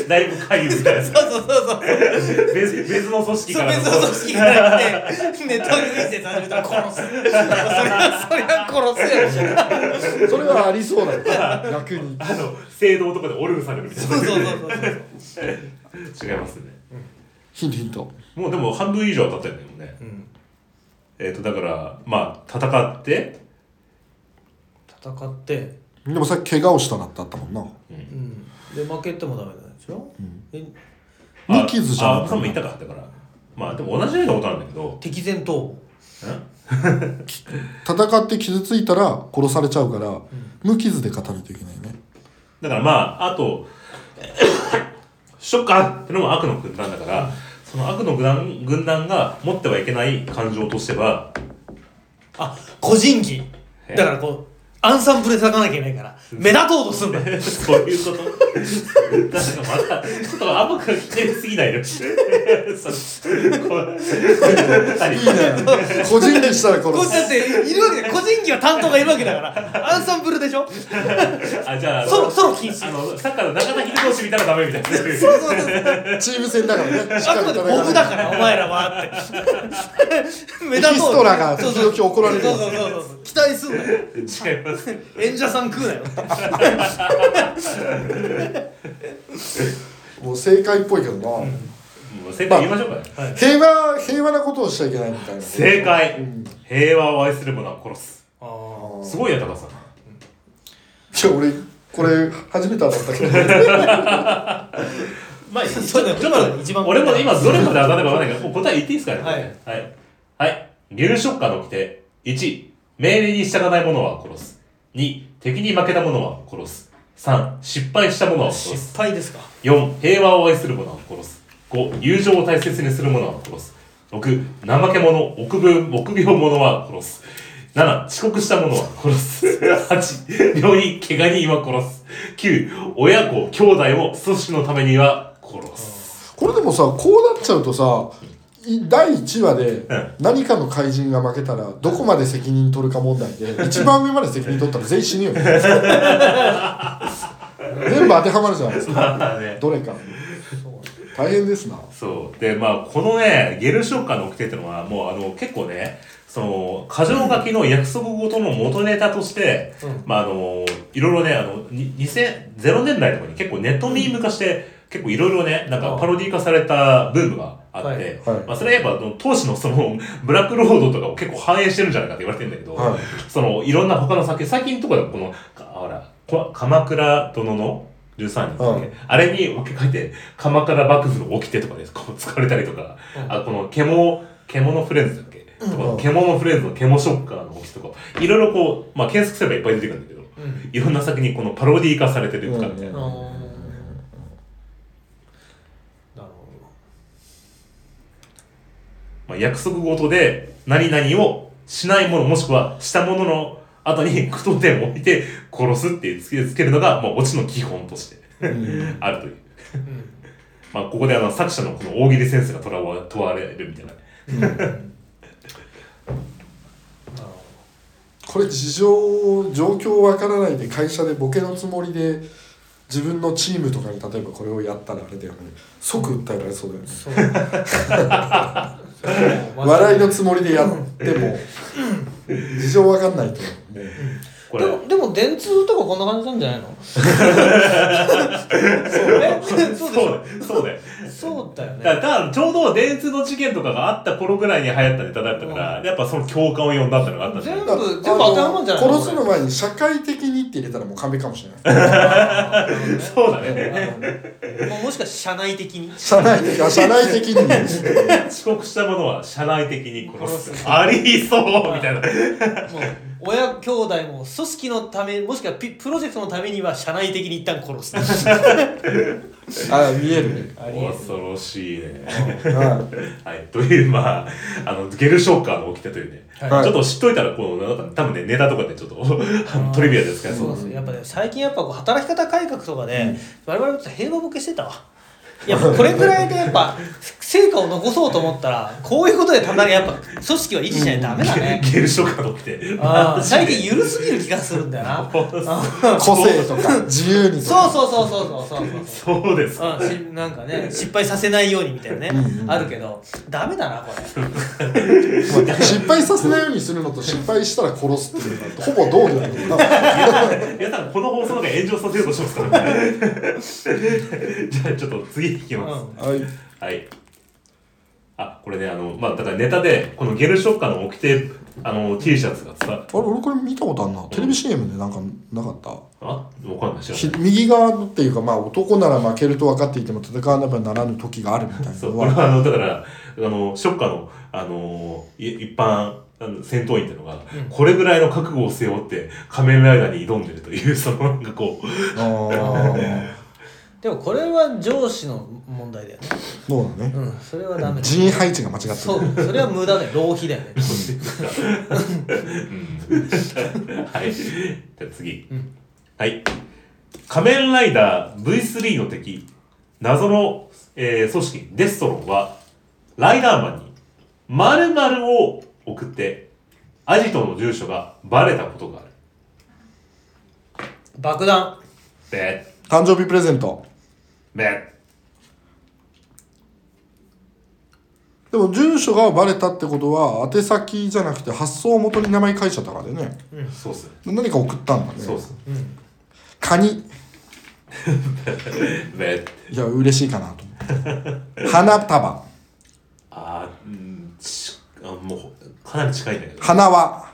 S1: だいぶ会議みたいな。
S2: そうそうそうそう
S1: 別別の組織
S2: そ
S1: か
S2: う
S1: ら
S2: 別の組織から来てネットに見せ始めたら殺すそりゃそりゃ殺すよ
S3: それはありそうだよ逆に
S1: あの聖堂とかでオルグされるみたいな
S2: そうそうそうそうそう
S1: 違いますね
S3: ヒントヒント
S1: もうでも半分以上当たったよねもうね
S2: うん
S1: えっ、とだからまあ戦って
S2: 戦って、
S3: でもさっき怪我をしたなってあったもんな
S2: うん、で負けてもダメなんでしょ、で
S1: あ
S3: 無傷じゃな
S1: あ
S3: い
S1: 多分言ったかだからまあでも同じようなことなんだけど
S2: 敵前逃亡
S1: ん
S3: 戦って傷ついたら殺されちゃうから、無傷で勝たないといけないね
S1: だからまあ、あと、ショッカーってのも悪の軍団だから、その悪の軍団軍団が持ってはいけない感情としては、
S2: あ個人技
S1: え
S2: だからこうアンサンブルで咲かなきゃいけないから目立とうとすんだよ
S1: そういうこと。なんかまた、ちょっと甘く聞きすぎないの。そうこう
S3: いいね個人技したら
S2: こ
S3: 殺
S2: うだっ
S3: す
S2: ているわけだよ個人技は担当がいるわけだからアンサンブルでしょ
S1: あ、じゃあ、あの
S2: ソロソロ禁止
S1: あの、サッカーの中田秀投手見たらダメみたいな。
S2: そうそうそう
S3: チーム戦だからねしっ
S2: あ
S3: か
S2: く
S3: り
S2: まで
S3: 戦
S2: モ
S3: わ
S2: ブ
S3: な
S2: だ
S3: い
S2: からお前らはって目
S3: エ
S2: 立とう
S3: キストラが
S2: そう
S3: 時
S2: そう
S3: 々怒られる
S2: そうそうそうそう期待すんなよ
S1: 違います。
S2: 演者さん食うなよって
S3: もう正解っぽいけどな、
S1: もう正解言いましょうかね。
S3: 平和平和なことをしちゃいけないみたいな
S1: 正解、
S3: うん
S1: 平和を愛する者は殺す。
S2: あー
S1: すごいや、高橋さん。
S3: いや俺これ初めて当たったけど
S1: まあ、
S2: そうだよ
S1: ちょっと
S2: 一番
S1: 俺も今どれまで当たればわからないから、もう答え言っていいですかね。
S2: はい。
S1: はい。はい。入植下の規定。1、命令に従わない者は殺す。2、敵に負けた者は殺す。3、失敗した者は殺す。
S2: 失敗ですか
S1: 4、平和を愛する者は殺す。5、友情を大切にする者は殺す。6、怠け者、臆病、臆病者は殺す。7、遅刻した者は殺す。8、病院、怪我人は殺す。9、親子、兄弟を組織のためには殺す。
S3: これでもさこうなっちゃうとさい第1話で
S1: ん
S3: 何かの怪人が負けたらどこまで責任取るか問題で一番上まで責任取ったら全員死ぬよね全部当てはまるじゃないですか
S1: まあね。
S3: どれか大変ですな
S1: そう。で、まあ、このね、ゲルショッカーの起きてってのは、もう、あの、結構ね、その、過剰書きの約束事の元ネタとして、
S2: うん
S1: まあ、あの、いろいろね、あの、に2000、0年代とかに結構ネットミーム化して、結構いろいろね、なんかパロディ化されたブームがあって、
S3: はいはい
S1: まあ、それはやっぱあの、当時のその、ブラックロードとかを結構反映してるんじゃないかって言われてるんだけど、
S3: はい
S1: その、いろんな他の作品、最近のところでもこの、かほら、こ鎌倉殿の13人だっけ、
S3: う
S1: あれに置き換えて、鎌倉幕府の掟とかで、こう、使われたりとか、
S2: うん
S1: あ、この、獣、獣フレンズだっけ、とか
S3: うん
S1: 獣フレンズの獣ショッカーの掟とか、いろいろこう、まあ、検索すればいっぱい出てくるんだけど、
S2: うん
S1: いろんな作品にこのパロディ化されてるとかみたいな。
S2: あーなるほ
S1: まあ、約束事で何々をしないものもしくはしたものの後に句読点を置いて殺すっていうつけつけるのが、まあ、オチの基本として
S3: うん
S1: あるという。
S2: どうん
S1: まあ、ここであの作者のこの大喜利センスがとらわ問われるみたいな。
S2: なるほ
S3: これ事情状況わからないで会社でボケのつもりで自分のチームとかに例えばこれをやったらあれだよね即訴えられそうだよね
S2: どそう
S3: 笑いのつもりでやっても事情わかんないとも
S1: こ
S2: で
S1: れ、
S2: もでも電通とかこんな感じなんじゃないの そうねそうでし
S1: そう
S2: ょ
S1: だよ。そうだよ。
S2: そうだよね
S1: だから多分ちょうど電通の事件とかがあった頃ぐらいに流行ったネタだったから、やっぱその共感を呼んだってのがあったんだよ
S2: 全
S3: うだ
S2: 部
S3: から
S2: 全部当てはまんじゃない
S3: あ
S2: の
S3: の殺すの前に社会的にって入れたらもう完璧かもしれない
S2: あー
S1: そうだね。
S2: なるほどねもうもしかして社内的に
S3: 社内的あ社内的に
S1: 遅刻したものは社内的に殺す。ありそうみたいな。
S2: もう親兄弟も組織のためもしくはピプロジェクトのためには社内的に一旦殺す
S3: あ見えるね
S2: ありえる
S1: 恐ろしいね。
S3: は
S1: は
S3: い
S1: い、という、まあ、あの、ゲルショッカーの起きたというね、
S3: はい
S1: ちょっと知っといたら、この、なんか、多分ね、ネタとかでちょっと、あのトリビアですから、
S2: そうですやっぱね最近やっぱこう働き方改革とかで、我々もちょっと平和ボケしてたわいやこれぐらいでやっぱ成果を残そうと思ったらこういうことでたまにやっぱ組織は維持しないとダメ だね、
S1: ゲルショッカーの起きて、
S2: あー最近
S1: う。
S2: 緩すぎる気がするんだよな
S3: 個性とか自由にと
S2: そう
S3: か
S2: そうそうそうそう
S1: そう
S2: そうそうそう
S1: です。
S2: うんしなんかね失敗させないようにみたいなね
S3: うんうん
S2: あるけどダメだなこれ
S3: まあ失敗させないようにするのと失敗したら殺すっていうのはほぼ同義だけどな
S1: 皆さん、この放送が炎上させようとしますからね。じゃあ、ちょっと次いきます。
S2: うん
S3: はい
S1: はい。あ、これね、あの、まあ、だからネタで、このゲルショッカーの起きて、あの、T シャツがさ、
S3: あれ俺これ見たことあるなテレビ CM でなんかなかった
S1: あ、わかんない、知らない
S3: ひ右側のっていうかまあ男なら負けると分かっていても戦わねばならぬ時があるみたいな
S1: そう、
S3: の
S1: これ
S3: は
S1: はあの、だから、あの、ショッカーの、あの、い一般あの戦闘員っていうのが、これぐらいの覚悟を背負って仮面ライダーに挑んでるという、そのなんかこう、
S3: あ
S2: でもこれは上司の問題だよね
S3: あそうだね
S2: うんそれはダメだ
S3: 人員配置が間違ってる
S2: そうそれは無駄だよ浪費だよね
S1: はい。じゃあ次。はい。仮面ライダー V3 の敵、謎の、えー組織デストロンは、ライダーマンに、〇〇を送って、アジトの住所がバレたことがある。
S2: 爆弾
S1: で、
S3: 誕生日プレゼント
S1: で、
S3: でも住所がバレたってことは宛先じゃなくて発送を元に名前書いちゃったからだよね
S1: そうっすね。
S3: 何か送ったんだね
S1: そうっすね。
S3: カニ
S1: で、
S3: いや嬉しいかなと思って花束
S1: あーうんちあ、もう、かなり近いんだけど。
S3: 花は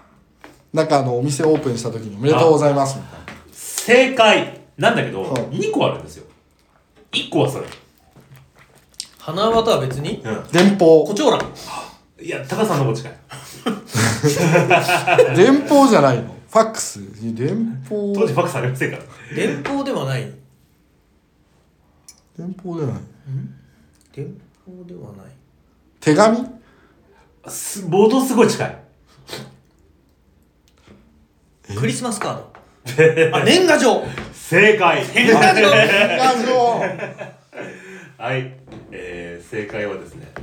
S3: なんかあのお店オープンした時におめでとうございますみたいな
S1: 正解なんだけど、
S3: はい
S1: 2個あるんですよ。1個はそれ。
S2: 花輪とは別に
S1: う
S3: 電
S2: 胡
S3: 報
S2: 蝶蘭
S1: ん。いや、高さんの方が近い。
S3: 電報じゃないのファックス電報
S1: 当時ファックスありませんから。
S2: 電報ではない
S3: 電報じゃない
S2: 電報ではない
S3: 手紙
S1: すものすごい近い。
S2: クリスマスカードあ年賀状
S1: 正 解
S2: 年賀状
S3: あそう
S1: はい、えー、正解はですね。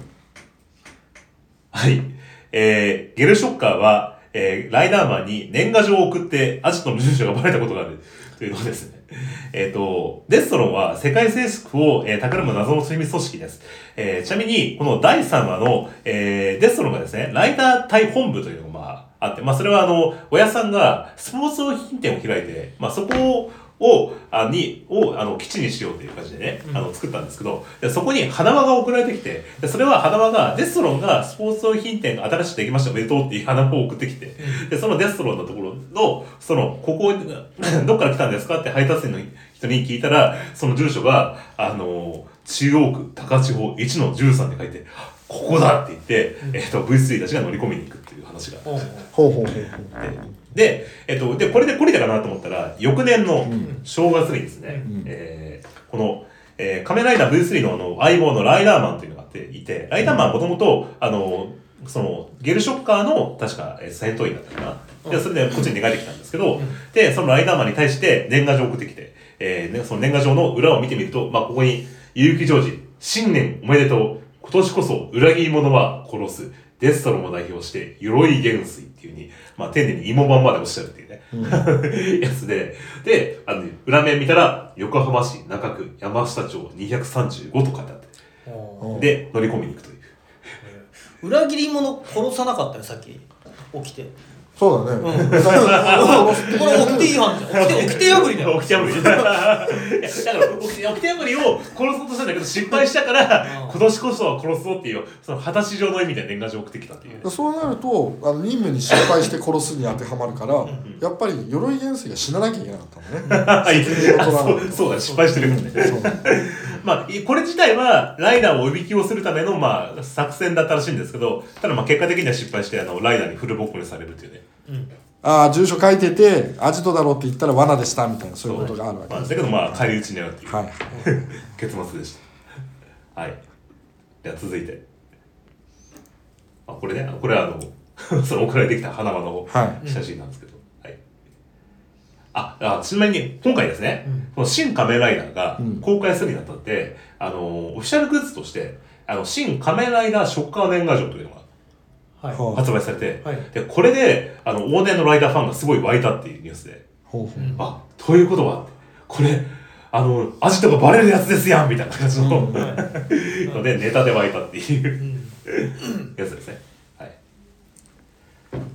S1: はい。えー、ゲルショッカーは、えー、ライダーマンに年賀状を送ってアジトの住所がバレたことがある というのですね。えっ、と、デストロンは世界征服を、えー、企む謎の睡眠組織です。えー、ちなみに、この第3話の、えー、デストロンがですね、ライダー隊本部というのが、まあ、あって、まあ、それはあの、親さんがスポーツ用品店を開いて、まあ、そこを、あに、を、あの、基地にしようという感じでね、あの、作ったんですけど、でそこに花輪が送られてきて、でそれは花輪が、デストロンがスポーツ用品店が新しくできました、おめでとうっていう花輪を送ってきて、で、そのデストロンのところの、その、ここ、 どっから来たんですかって配達員の人に聞いたら、その住所が、あの、中央区高千穂1の13って書いて、ここだって言って、えっと、V3 たちが乗り込みに行くっていう話が
S2: おうおう
S3: ほうほうほうほう
S1: で、えっと、で、これで懲りたかなと思ったら、翌年の正月にですね、
S3: ん
S1: えーこの、えー仮面ライダー V3 のあの相棒のライダーマンというのがあっていて、ライダーマンはもともと、あの、その、ゲルショッカーの、確か、えー戦闘員だったかな。で、それでこっちに逃れてきたんですけど、で、そのライダーマンに対して年賀状を送ってきて、えーね、その年賀状の裏を見てみると、まあ、ここに、結城ジョージ、新年おめでとう、今年こそ裏切り者は殺す、デストロンを代表して、鎧元帥っていうふうに、まあ、丁寧に芋版までおっしゃるっていうね、 やつで、で、あの、裏面見たら、横浜市中区山下町235と書いてあって、
S2: おう
S3: うん
S1: で、乗り込みに行くという。
S2: 裏切り者殺さなかったよさっき起きて
S3: そうだね、
S2: これ起きて違反じゃん起きて起きて破りだよ
S1: 起きて破 り。いやだから、起き起きて破りを殺そうとしたんだけど、失敗したから、
S2: うん
S1: 今年こそは殺そうっていう、その果たし状の意味で年賀状を送ってきたっていうね。
S3: そうなるとあの任務に失敗して殺すに当てはまるからやっぱり鎧元帥が死ななきゃいけなかったの
S1: あい
S3: ね
S1: や
S3: 責任を取らない
S1: そうそうだ、失敗してるからね。
S3: とそう
S1: まあ、いこれ自体は、ライダーをおびきをするための、まあ、作戦だったらしいんですけど、ただ、まあ、結果的には失敗して、あの、ライダーにフルボッコにされるっていうね。
S3: ああ住所書いててアジトだろうって言ったら罠でしたみたいなそういうことがあるわけ
S1: まあ、
S3: で
S1: だ
S3: す
S1: けど、まあ、返り討ちにあうっていう、
S3: はい
S1: 結末でした。はい。では、続いて。あ、これね、これは、あの、そ の送られてきた花輪の
S3: は
S1: 写真なんですけど。はい。あ、あちなみに、今回ですね、この新仮面ライダーが
S3: うん
S1: 公開するにあたって、あの、オフィシャルグッズとして、あの、新仮面ライダーショッカー年賀状というのが、
S2: はい
S3: ほう
S1: 発売されて、
S2: はい
S1: でこれであの往年のライダーファンがすごい湧いたっていうニュースで、
S3: ほうほう
S2: うん
S1: あということはこれあのアジトがバレるやつですやんみたいな感じの、
S3: うん
S2: はい
S1: のでネタで湧いたっていううん やつですねはい、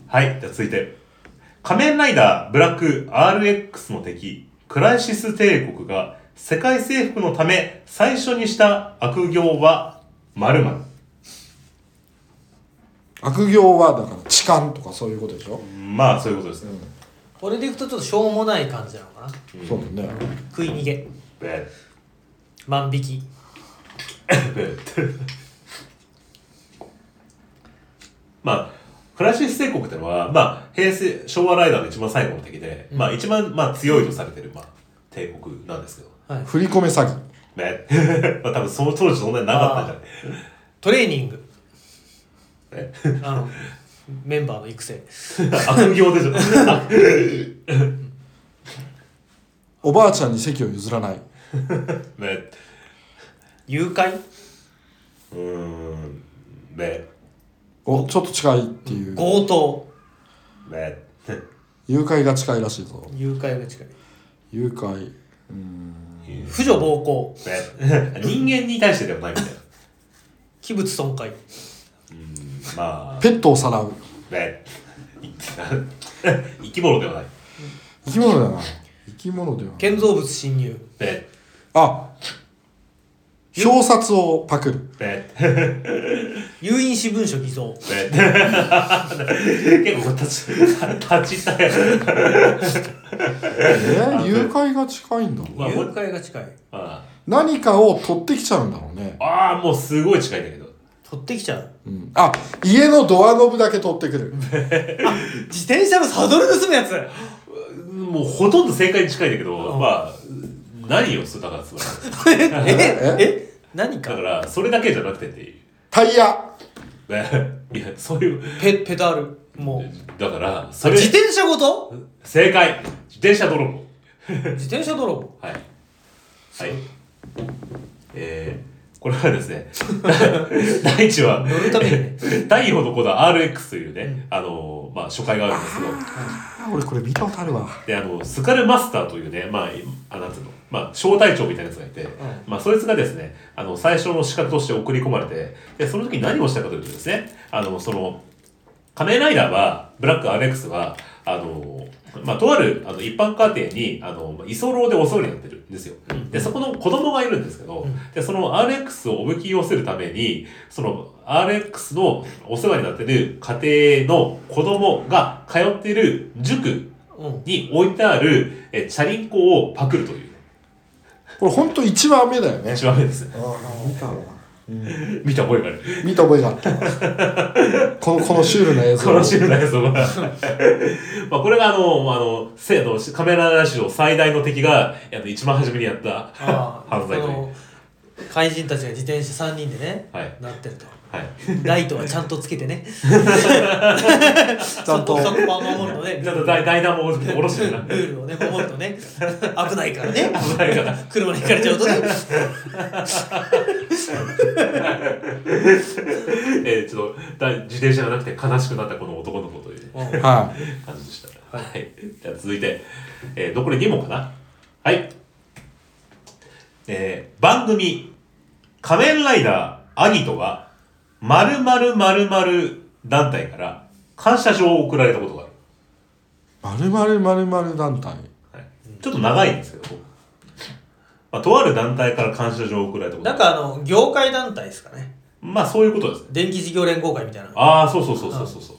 S1: はい、じゃあ続いて「仮面ライダーブラック RX」の敵クライシス帝国が世界征服のため最初にした悪行は〇〇
S3: 悪行はだから痴漢とかそういうことでしょ、
S1: まあそういうことです
S3: う
S1: ね、
S3: ん、
S2: これでいくとちょっとしょうもない感じなのかな
S3: そうだね
S2: 食い逃げ
S1: で
S2: 万引き
S1: でまあフランシス帝国ってのは、まあ、平成、昭和ライダーの一番最後の敵で、
S2: うん
S1: まあ、一番、まあ、強いとされてる、まあ、帝国なんですけど。
S2: はい、
S3: 振り込め詐欺
S1: ね。 まあ、多分、その当時そんなになかったんじ
S2: トレーニング
S1: ゃないね。
S2: あのメンバーの育成
S1: 悪行でしょ。
S3: おばあちゃんに席を譲らない
S1: ね。
S2: 誘拐
S1: うーん。ね。
S3: おちょっと近いっていう
S2: 強盗
S1: ね。
S3: 誘拐が近いらしいぞ
S2: 誘拐が近い
S3: 誘拐うーん
S2: 婦女暴行
S1: ね。人間に対してではないみたいな。
S2: 器物損
S1: う
S2: 壊
S1: ん、ま
S3: ペットをさらう
S1: あ、ね。生き物ではない。
S3: 生き物だな生き物ではない
S2: 建造物侵入
S1: ね。
S3: あ表札をパクる
S1: ね。
S2: 有印私文書偽造
S1: ね結構立ち、立ちたい。
S3: えー、誘拐が近いんだ
S1: まあ
S2: 誘
S1: もう
S2: 拐が近い
S1: あ
S3: 何かを取ってきちゃうんだろうね、
S1: あああ、もうすごい近いんだけど。
S2: 取ってきちゃう
S3: うん、あ家のドアノブだけ取ってくる
S2: 自転車のサドル盗むや つ
S1: もうほとんど正解に近いんだけど、
S2: うん
S1: まあ、何をするだからそれは
S2: えええ何
S1: だか、
S2: から
S1: それだけじゃなくてっていう。
S3: タイヤ
S1: ね、いや、そういう、
S2: ペペダルもう
S1: だから、それ、
S2: 自転車ごと
S1: 正解自転車泥棒。
S2: 自転車泥棒
S1: はい。はい。えー、これはですね、 第一は、
S2: 乗るためにね
S1: 太陽の子だ RX というね、あのーまあ、初回があるんですけど、
S3: あー俺これ見たことあるわ
S1: であのスカルマスターというね、まあ、いあなんつうの、まあ、小隊長みたいなやつがいて、まあ、そいつがですねあの最初の資格として送り込まれてでその時に何をしたかというとですねあのその仮面ライダーはブラックアレックスはあの、まあ、とあるあの一般家庭にあのまあ居候でお世話になってるんですよ、でそこの子供がいるんですけど、でその RX をおびき寄せるためにその RX のお世話になってる家庭の子供が通っている塾
S2: うん
S1: に置いてあるえチャリンコをパクるという
S3: これほんと1番目だよね
S1: 一番目です
S3: ああ見たわ、うん、
S1: 見た覚えがある
S3: 見た覚えがあったわこのこのシュールな映像
S1: このシルナイズは まあこれがあのあの生のカメララ史上最大の敵があの一番初めにやった
S2: ああ
S1: 犯罪という
S2: の怪人たちが自転車3人でね
S1: はい
S2: なってると
S1: はい
S2: ライトはちゃんとつけて ねち
S3: ちゃんと
S2: そこは守るのね
S1: ちょっとダイダイナモを下ろしてるな
S2: ルールをね守るとね危ないからね
S1: 危ない から
S2: 車にひかれちゃうとね
S1: えーちょっとだ自転車がなくて悲しくなったこの男の子という
S2: うん
S3: は
S1: 感じでしたはいじゃあ続いて、えー残り2問かなはいえー番組「仮面ライダーアギト」が〇〇〇〇団体から感謝状を送られたことがある
S3: いまるまるまる団体
S1: はいちょっと長いんですけど、まあ、とある団体から感謝状を送られたこと
S2: なんかあの業界団体ですかね
S1: まあそういうことですね
S2: 電気事業連合会みたいな
S1: ああそうそうそうそうそうそう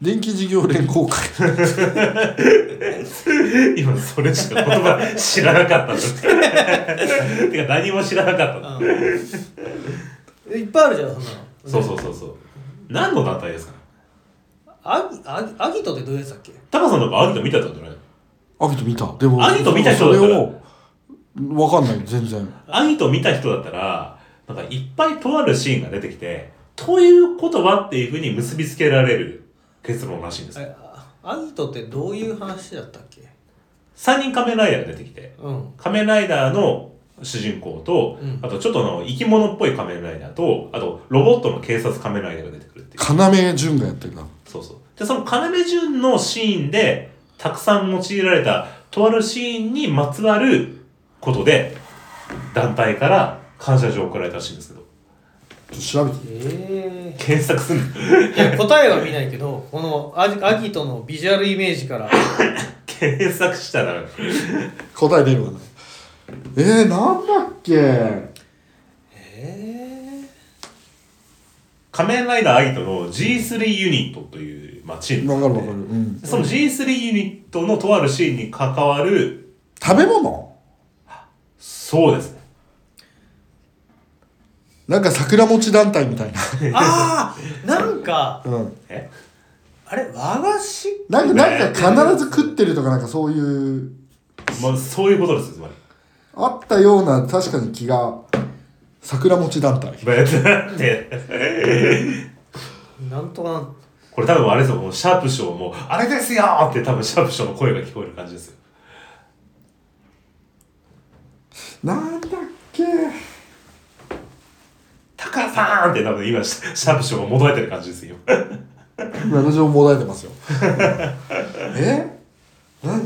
S3: 電気事業連合会
S1: 今それしか言葉知らなかったんだ てか何も知らなかったの
S2: うんいっぱいあるじゃんそんなの
S1: そうそうそうそう何の団体ですか
S2: アギアギアギトってどういうやつだっけ
S1: タカさんなんかアギト見てたんじゃない
S3: アギト見たでも
S1: アギト見た人だった
S3: そ
S1: ら
S3: れを分かんない全然
S1: アギト見た人だったらなんかいっぱいとあるシーンが出てきてということはっていうふうに結びつけられる結論らしいんです
S2: あアギトってどういう話だったっけ
S1: 3人仮面ライダーが出てきて
S2: うん
S1: 仮面ライダーの主人公と、
S2: うん
S1: あとちょっとあの生き物っぽい仮面ライダーとあとロボットの警察仮面ライダーが出てくるっていう
S3: 要潤がやってるな
S1: そうそうでその要潤のシーンでたくさん用いられたとあるシーンにまつわることで団体から感謝状を送られたらしいんですけど
S3: ちょっと調べて
S2: え
S1: 検索するの
S2: えいや答えは見ないけどこのアギアギトのビジュアルイメージから
S1: 検索したら
S3: 答え出るわねえー、なんだっけ
S2: え
S1: 仮面ライダーアギトの G3 ユニットという、まあ、チーム
S3: わかるわかる、うん、
S1: その G3 ユニットのとあるシーンに関わる
S3: 食べ物
S1: そうですね
S3: なんか桜餅団体みたいな
S2: あ あなんか
S3: うん
S1: え
S2: あれ和菓子
S3: なんかなんか必ず食ってるとかなんかそういう
S1: まあ、そういうことですつまり
S3: あったような確かに気が桜餅団体
S1: まあだって
S2: なんとかなん
S1: これ多分あれですよもうシャープショーも「あれですよ!」って多分シャープショーの声が聞こえる感じですよ
S3: なんだっけ
S1: 「タカさん!」って多分今シャープショーが戻れてる感じですよ今
S3: 今の情報もらえてますよ え何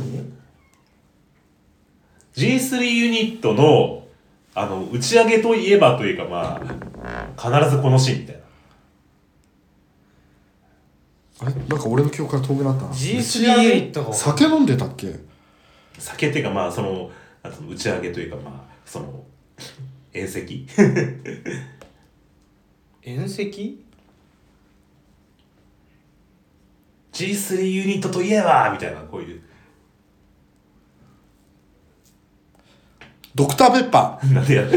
S1: G3 ユニットのあの打ち上げといえばというかまあ必ずこのシーンみたいな
S3: あれなんか俺の記憶が遠くなったな
S2: G3 ユニットが
S3: 酒飲んでたっけ
S1: 酒っていうかまあそのあその打ち上げというかまあその宴席
S2: 遠石
S1: G3 ユニットといえばみたいなこういう
S3: ドクターペッパ
S1: なんでやそ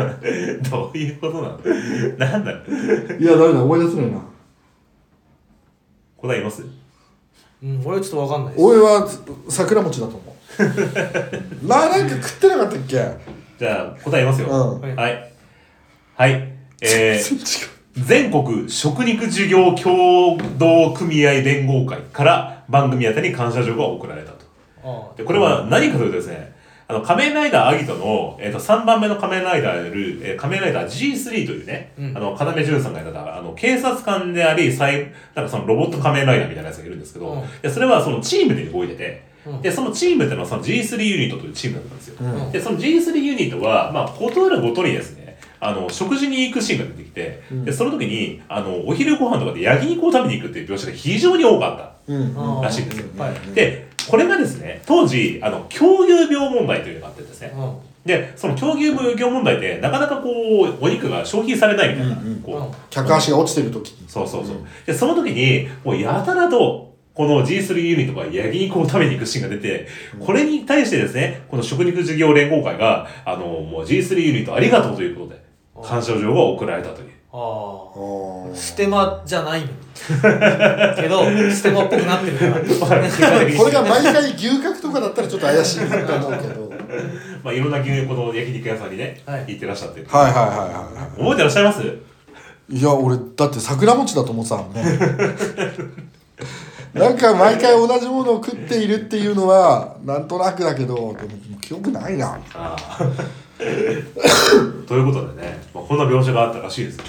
S1: う どういうことなのなんだろう
S3: ーいやダメだ思い出せないな
S1: 答えいます
S2: うん俺はちょっとわかんないです
S3: 俺は桜餅だと思うななんか食ってなかったっけ
S1: じゃあ答えいますよ、
S3: うん
S2: はい
S1: はいはいえー
S3: 全然違う
S1: 全国食肉事業協同組合連合会から番組宛てに感謝状が送られたと
S2: あ
S1: でこれは何かというとですね、あの、仮面ライダーアギトの、えっ、と、3番目の仮面ライダーである、えー仮面ライダー G3 というね、
S2: うん
S1: あの、要潤さんがやってた、あの、警察官であり、最、なんかそのロボット仮面ライダーみたいなやつがいるんですけど、
S2: うん
S1: いやそれはそのチームで動いてて、
S2: うん
S1: で、そのチームっていうのはその G3 ユニットというチームだったんですよ。
S3: うん
S1: で、その G3 ユニットは、まあ、ことあるごとにですね、あの、食事に行くシーンが出てきて、で、その時に、あの、お昼ご飯とかで焼肉を食べに行くっていう描写が非常に多かった。
S3: うんうん
S2: あ
S1: らしいんですよ
S2: はい
S1: で、これがですね、当時、あの、狂牛病問題というのがあってですね。
S2: うん
S1: で、その狂牛病問題って、なかなかこう、お肉が消費されないみたいな、
S3: うんうん
S1: こう、
S2: うん
S3: 客足が落ちてる時に
S1: そうそうそう。で、その時に、もうやたらと、この G3 ユニットが焼肉を食べに行くシーンが出て、これに対してですね、この食肉事業連合会が、あの、もう G3 ユニットありがとうということで、感謝状が送られたという。
S2: ああ
S3: あ
S2: ステマじゃないのにけどステマっぽくなってるから
S1: わかる
S3: あこれが毎回牛角とかだったらちょっと怪しいなと思うけどはい
S1: まあ、いろんな牛この焼肉屋さんにね、
S2: はい
S1: 行ってらっしゃって。覚
S3: はいはいは
S1: えてらっしゃいます
S3: いいや俺だって桜餅だと思ってたもんね なんか毎回同じものを食っているっていうのはなんとなくだけどでも記憶ないな
S1: ああということでね、まあ、こんな描写があったらしいですよ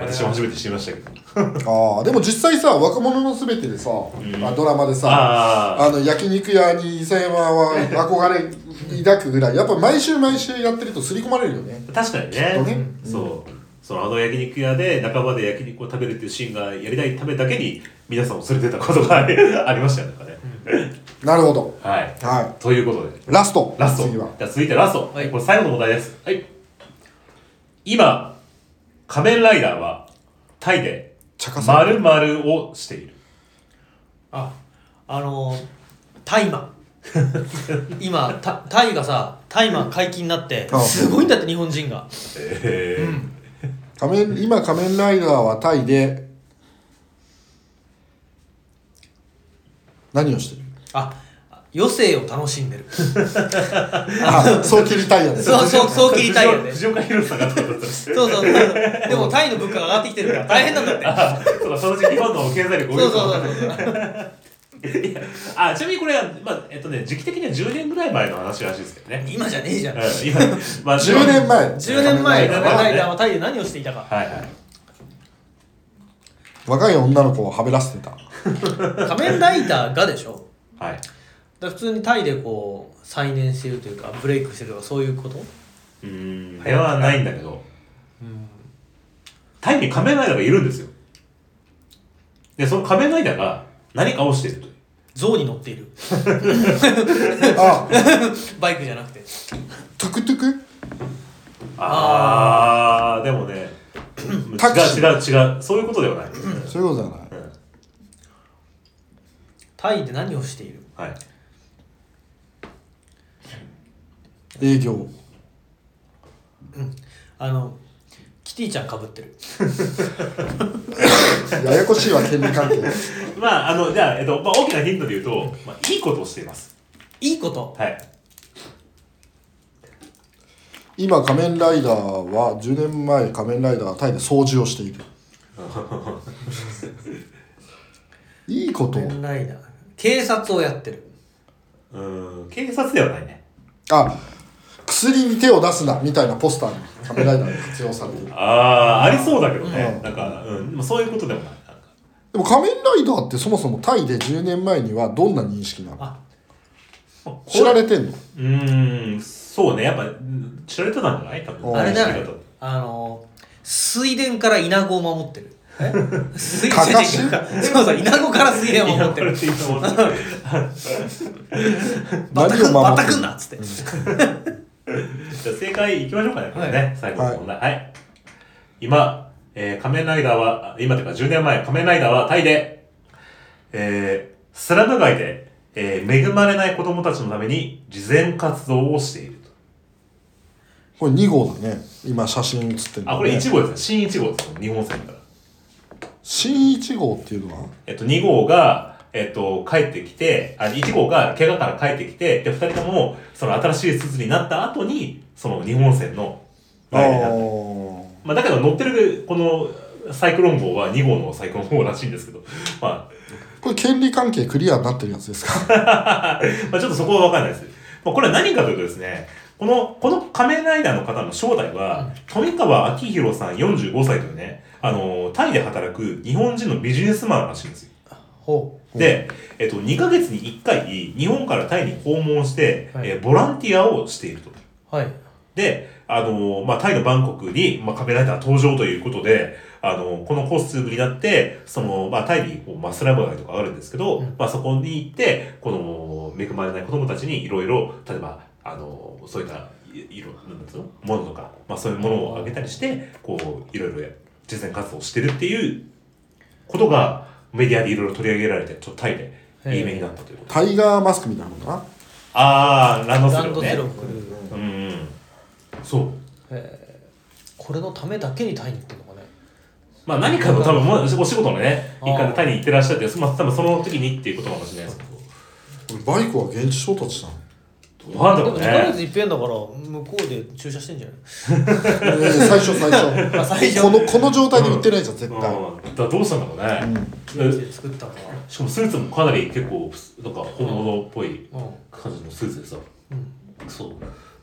S1: 私も初めて知りましたけど
S3: ああでも実際さ若者のすべてでさ、あドラマでさ
S1: あ
S3: あの焼肉屋に伊佐 山は憧れ抱くぐらいやっぱ毎週毎週やってると刷り込まれるよね
S1: あ確かに
S3: きっと
S1: ね
S3: ね
S1: そうそのあの焼肉屋で仲間で焼肉を食べるっていうシーンがやりたいためだけに皆さんを連れてたことがありましたよねなんかね、
S3: なるほど
S1: はい
S3: は
S1: ということで
S3: いラスト
S1: ラスト
S3: 次は
S1: じゃあ続いてラスト、
S2: はい
S1: これ最後の問題ですはい今仮面ライダーはタイで
S3: 茶化され
S1: 〇〇をしている
S2: ああのー大麻今タタイがさ大麻解禁になって
S3: あ
S2: すごいんだって日本人が
S1: ええ
S3: 仮面今仮面ライダーはタイで何をしてる
S2: あ余生を楽しんでる
S3: あそう切りタイヤで
S2: そうそうそう切りたいよね
S1: 藤岡弘さんがってことです
S2: そうそうそうでもタイの物価が上がってきてるから大変なんだって
S1: そうか、そのうち日本の経済力
S2: そうそうそうそう
S1: あ、ちなみにこれは、まあ、えっとね、時期的には10年ぐらい前の話らしいですけどね。
S2: 今じゃねえじゃ
S1: うんん、今、まあ、
S3: 10年前
S2: 10年
S1: 仮面ラ
S2: 前仮面ラ
S1: イダーね
S2: イダーはタイで何をしていたか
S1: はいはい。
S3: 若い女の子をはべら せてた
S2: 仮面ライダーがでしょ
S1: はい。
S2: だから普通にタイでこう再燃してるというかブレイクしてるとかそういうこと
S1: うーん、早はないんだけど、タイに仮面ライダーがいるんですよ。で、その仮面ライダーが何かをしているという。
S2: 象に乗っている
S3: あ
S2: バイクじゃなくて
S3: トゥクトゥク
S1: あー、でもね、
S3: タクシ
S1: 違う違う違う、そういうことではない。う
S3: そういうことじゃない
S1: ん、
S2: タイで何をしている
S1: はい。
S3: 営業
S2: あのキティちゃんかぶってる
S3: ややこしいわ権利関係
S1: まあ、あの、じゃあ、えっと、まあ、大きなヒントで言うと、まあ、いいことをしています。
S2: いいこと
S1: はい。
S3: 今仮面ライダーは10年前仮面ライダーはタイで掃除をしてい るいいこと
S2: 仮面ライダー警察をやってる
S1: うーん、警察ではないね。
S3: あ薬に手を出すなみたいなポスターに仮面ライダーに活用されている
S1: ああー、ありそうだけどね。
S3: うん
S1: なんか、うん、でもそういうことでもない。なんか
S3: でも仮面ライダーってそもそもタイで10年前にはどんな認識なの
S2: あ
S3: 知られてんの
S1: うーん、そうね。やっぱ、うん知られてたんじゃない多分。
S3: うん
S2: あれじゃ
S1: 知
S2: な
S1: り
S2: い
S1: 方
S2: あの水田からイナゴを守ってるえ水
S3: かかし
S2: 違う違うそうそうイナゴから水田を
S1: いや
S2: 守っ
S1: こ
S2: て
S1: れ
S2: る
S1: っていいと思う
S2: バタ
S3: 何を
S2: くん
S3: 守
S2: バ
S3: って
S2: タ
S3: る
S2: くんなっつって
S1: じゃあ正解いきましょうかね、これね。
S2: はい
S1: 最後の問題。はい。今、えー仮面ライダーは、あ今というか10年前、仮面ライダーはタイで、えースラム街で、えー恵まれない子供たちのために、慈善活動をしていると。
S3: これ2号だね今写真写ってるの、ね、
S1: あ、これ1号ですね。新1号ですね。日本戦から。
S3: 新1号っていうのは
S1: えっと、2号が、えっと、帰ってきて、あ、1号が怪我から帰ってきて、で、2人とも、その新しい鈴になった後に、その日本戦の
S3: ああ
S1: 前になった。まあ、だけど乗ってる、この、サイクロン号は2号のサイクロン号らしいんですけど、 ま
S3: これ権利関係クリアになってるやつですか
S1: あ、まあちょっとそこはわかんないです。まあ、これは何かというとですね、この、この仮面ライダーの方の正体は、富川明宏さん45歳というね、あの、タイで働く日本人のビジネスマンらしいんですよ。
S2: ほう
S1: で、えっと、2ヶ月に1回、日本からタイに訪問して、
S2: はい
S1: えーボランティアをしていると。
S2: はい
S1: で、あのーまあ、タイのバンコクに、まあ、仮面ライダー登場ということで、あのーこのコスチュームになって、その、まあ、タイにこう、まあ、スラム街とかあるんですけど、
S2: うん
S1: まあ、そこに行って、この、恵まれない子供たちにいろいろ、例えば、あのーそういった、いろ、なんつうのものとか、まあ、そういうものをあげたりして、こう、いろいろや実践活動をしてるっていうことが、メディアでいろいろ取り上げられて、ちょっとタイで、有名になったということ。
S3: タイガーマスクみたいなもんだな
S1: あー、ランドセ
S2: ラ
S1: ル
S2: ンド
S1: を
S2: セ
S1: ね
S2: ル。を送る
S1: うんうん。そう。
S2: これのためだけにタイに行ってるのかね
S1: まあ何かの多分もうお仕事のね、
S2: あー
S1: 一回でタイに行ってらっしゃって、まあ多分その時にっていうことかもしれないですけ
S3: バイクは現地衝突したの
S1: ど。どうなんだ
S2: で
S1: ろ
S2: も
S1: う
S2: 2ヶ
S1: ね。
S2: 月いっぺんだから向こうで駐車してんじゃない
S3: えー最初最初
S2: まあ最初
S3: このこの状態で売ってないじゃん絶対、
S1: うん、だどうしたんだろうね、
S2: 現地
S1: で
S2: で作ったのは
S1: しかもスーツもかなり結構なんか本物っぽい
S2: うん
S1: 感じのスーツでさ、
S2: うん
S1: そう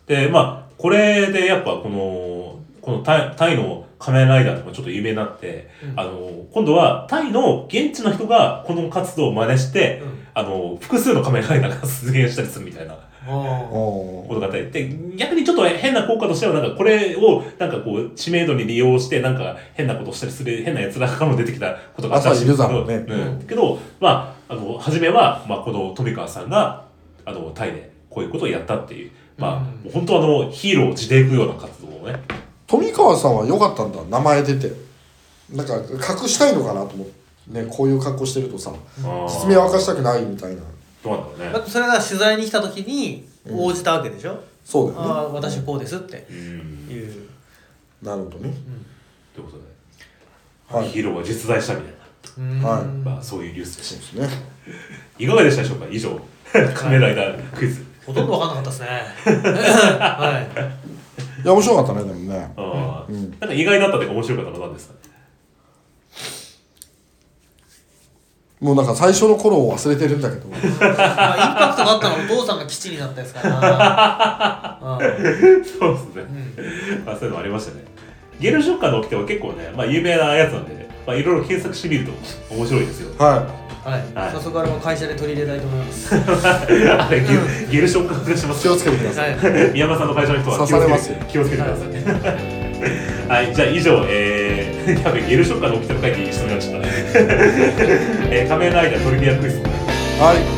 S1: でまあこれでやっぱこのこのタイタイの仮面ライダーとかちょっと有名になって、
S2: うん
S1: あの今度はタイの現地の人がこの活動を真似して、
S2: うん
S1: あの複数の仮面ライダーが出現したりするみたいな
S2: あー
S3: お
S1: ことがあったりで逆にちょっと変な効果としてはなんかこれをなんかこう知名度に利用してなんか変なことしたりする変な奴らからも出てきたことがあったらしいんですけど
S3: 朝いるだ
S2: ろうね
S1: うんけどまああの初めは、まあ、この富川さんがあのタイでこういうことをやったっていうまあ、
S2: う
S1: 本当あのヒーローを地でいくような活動をね
S3: 富川さんは良かったんだ名前出てなんか隠したいのかなと思ってねこういう格好してるとさ実名を明かしたくないみたいな
S1: どうなんだろう
S2: だ
S1: ね
S2: ってそれが取材に来た時に応じたわけでしょ
S3: そうだよね
S2: ああー私こうですって
S1: うん
S2: いう
S3: なるほどね
S1: ということで、
S3: はい
S1: ヒーローが実在したみたい
S2: うん
S3: はい
S1: な、まあ、そういうニュースでした
S3: そうですね
S1: いかがでしたでしょうか以上仮面ライダークイズ
S2: ほとんど分かんなかったですねはい
S3: や面白かったねでもね
S1: ああ、
S3: うん
S1: なんか意外だったというか面白かったのは何ですかね。
S3: もうなんか最初の頃を忘れてるんだけど
S2: まあインパクトがあったのはお父さんが基地になったやつかなうん
S1: そうですね。まあそういうのありましたね。ゲルショッカーの掟は結構ね、まあ有名なやつなんで、まあいろいろ検索してみると面白いですよ。
S3: は
S2: はい
S1: はい
S2: 早速あれも会社で取り入れたいと思います
S1: あれゲルゲルショッカーがしま
S3: い
S1: す。
S3: 気をつけてください
S2: は い
S1: 宮山さんの会社の人は気を
S3: 刺されま
S1: つ
S3: す
S1: け
S3: よ
S1: て気をつけてください。はい、じゃあ以上、えー、やべ、ゲル ショッカーの掟の会議してもらいました。えー、仮面ライダートリビアクイズ。
S3: はい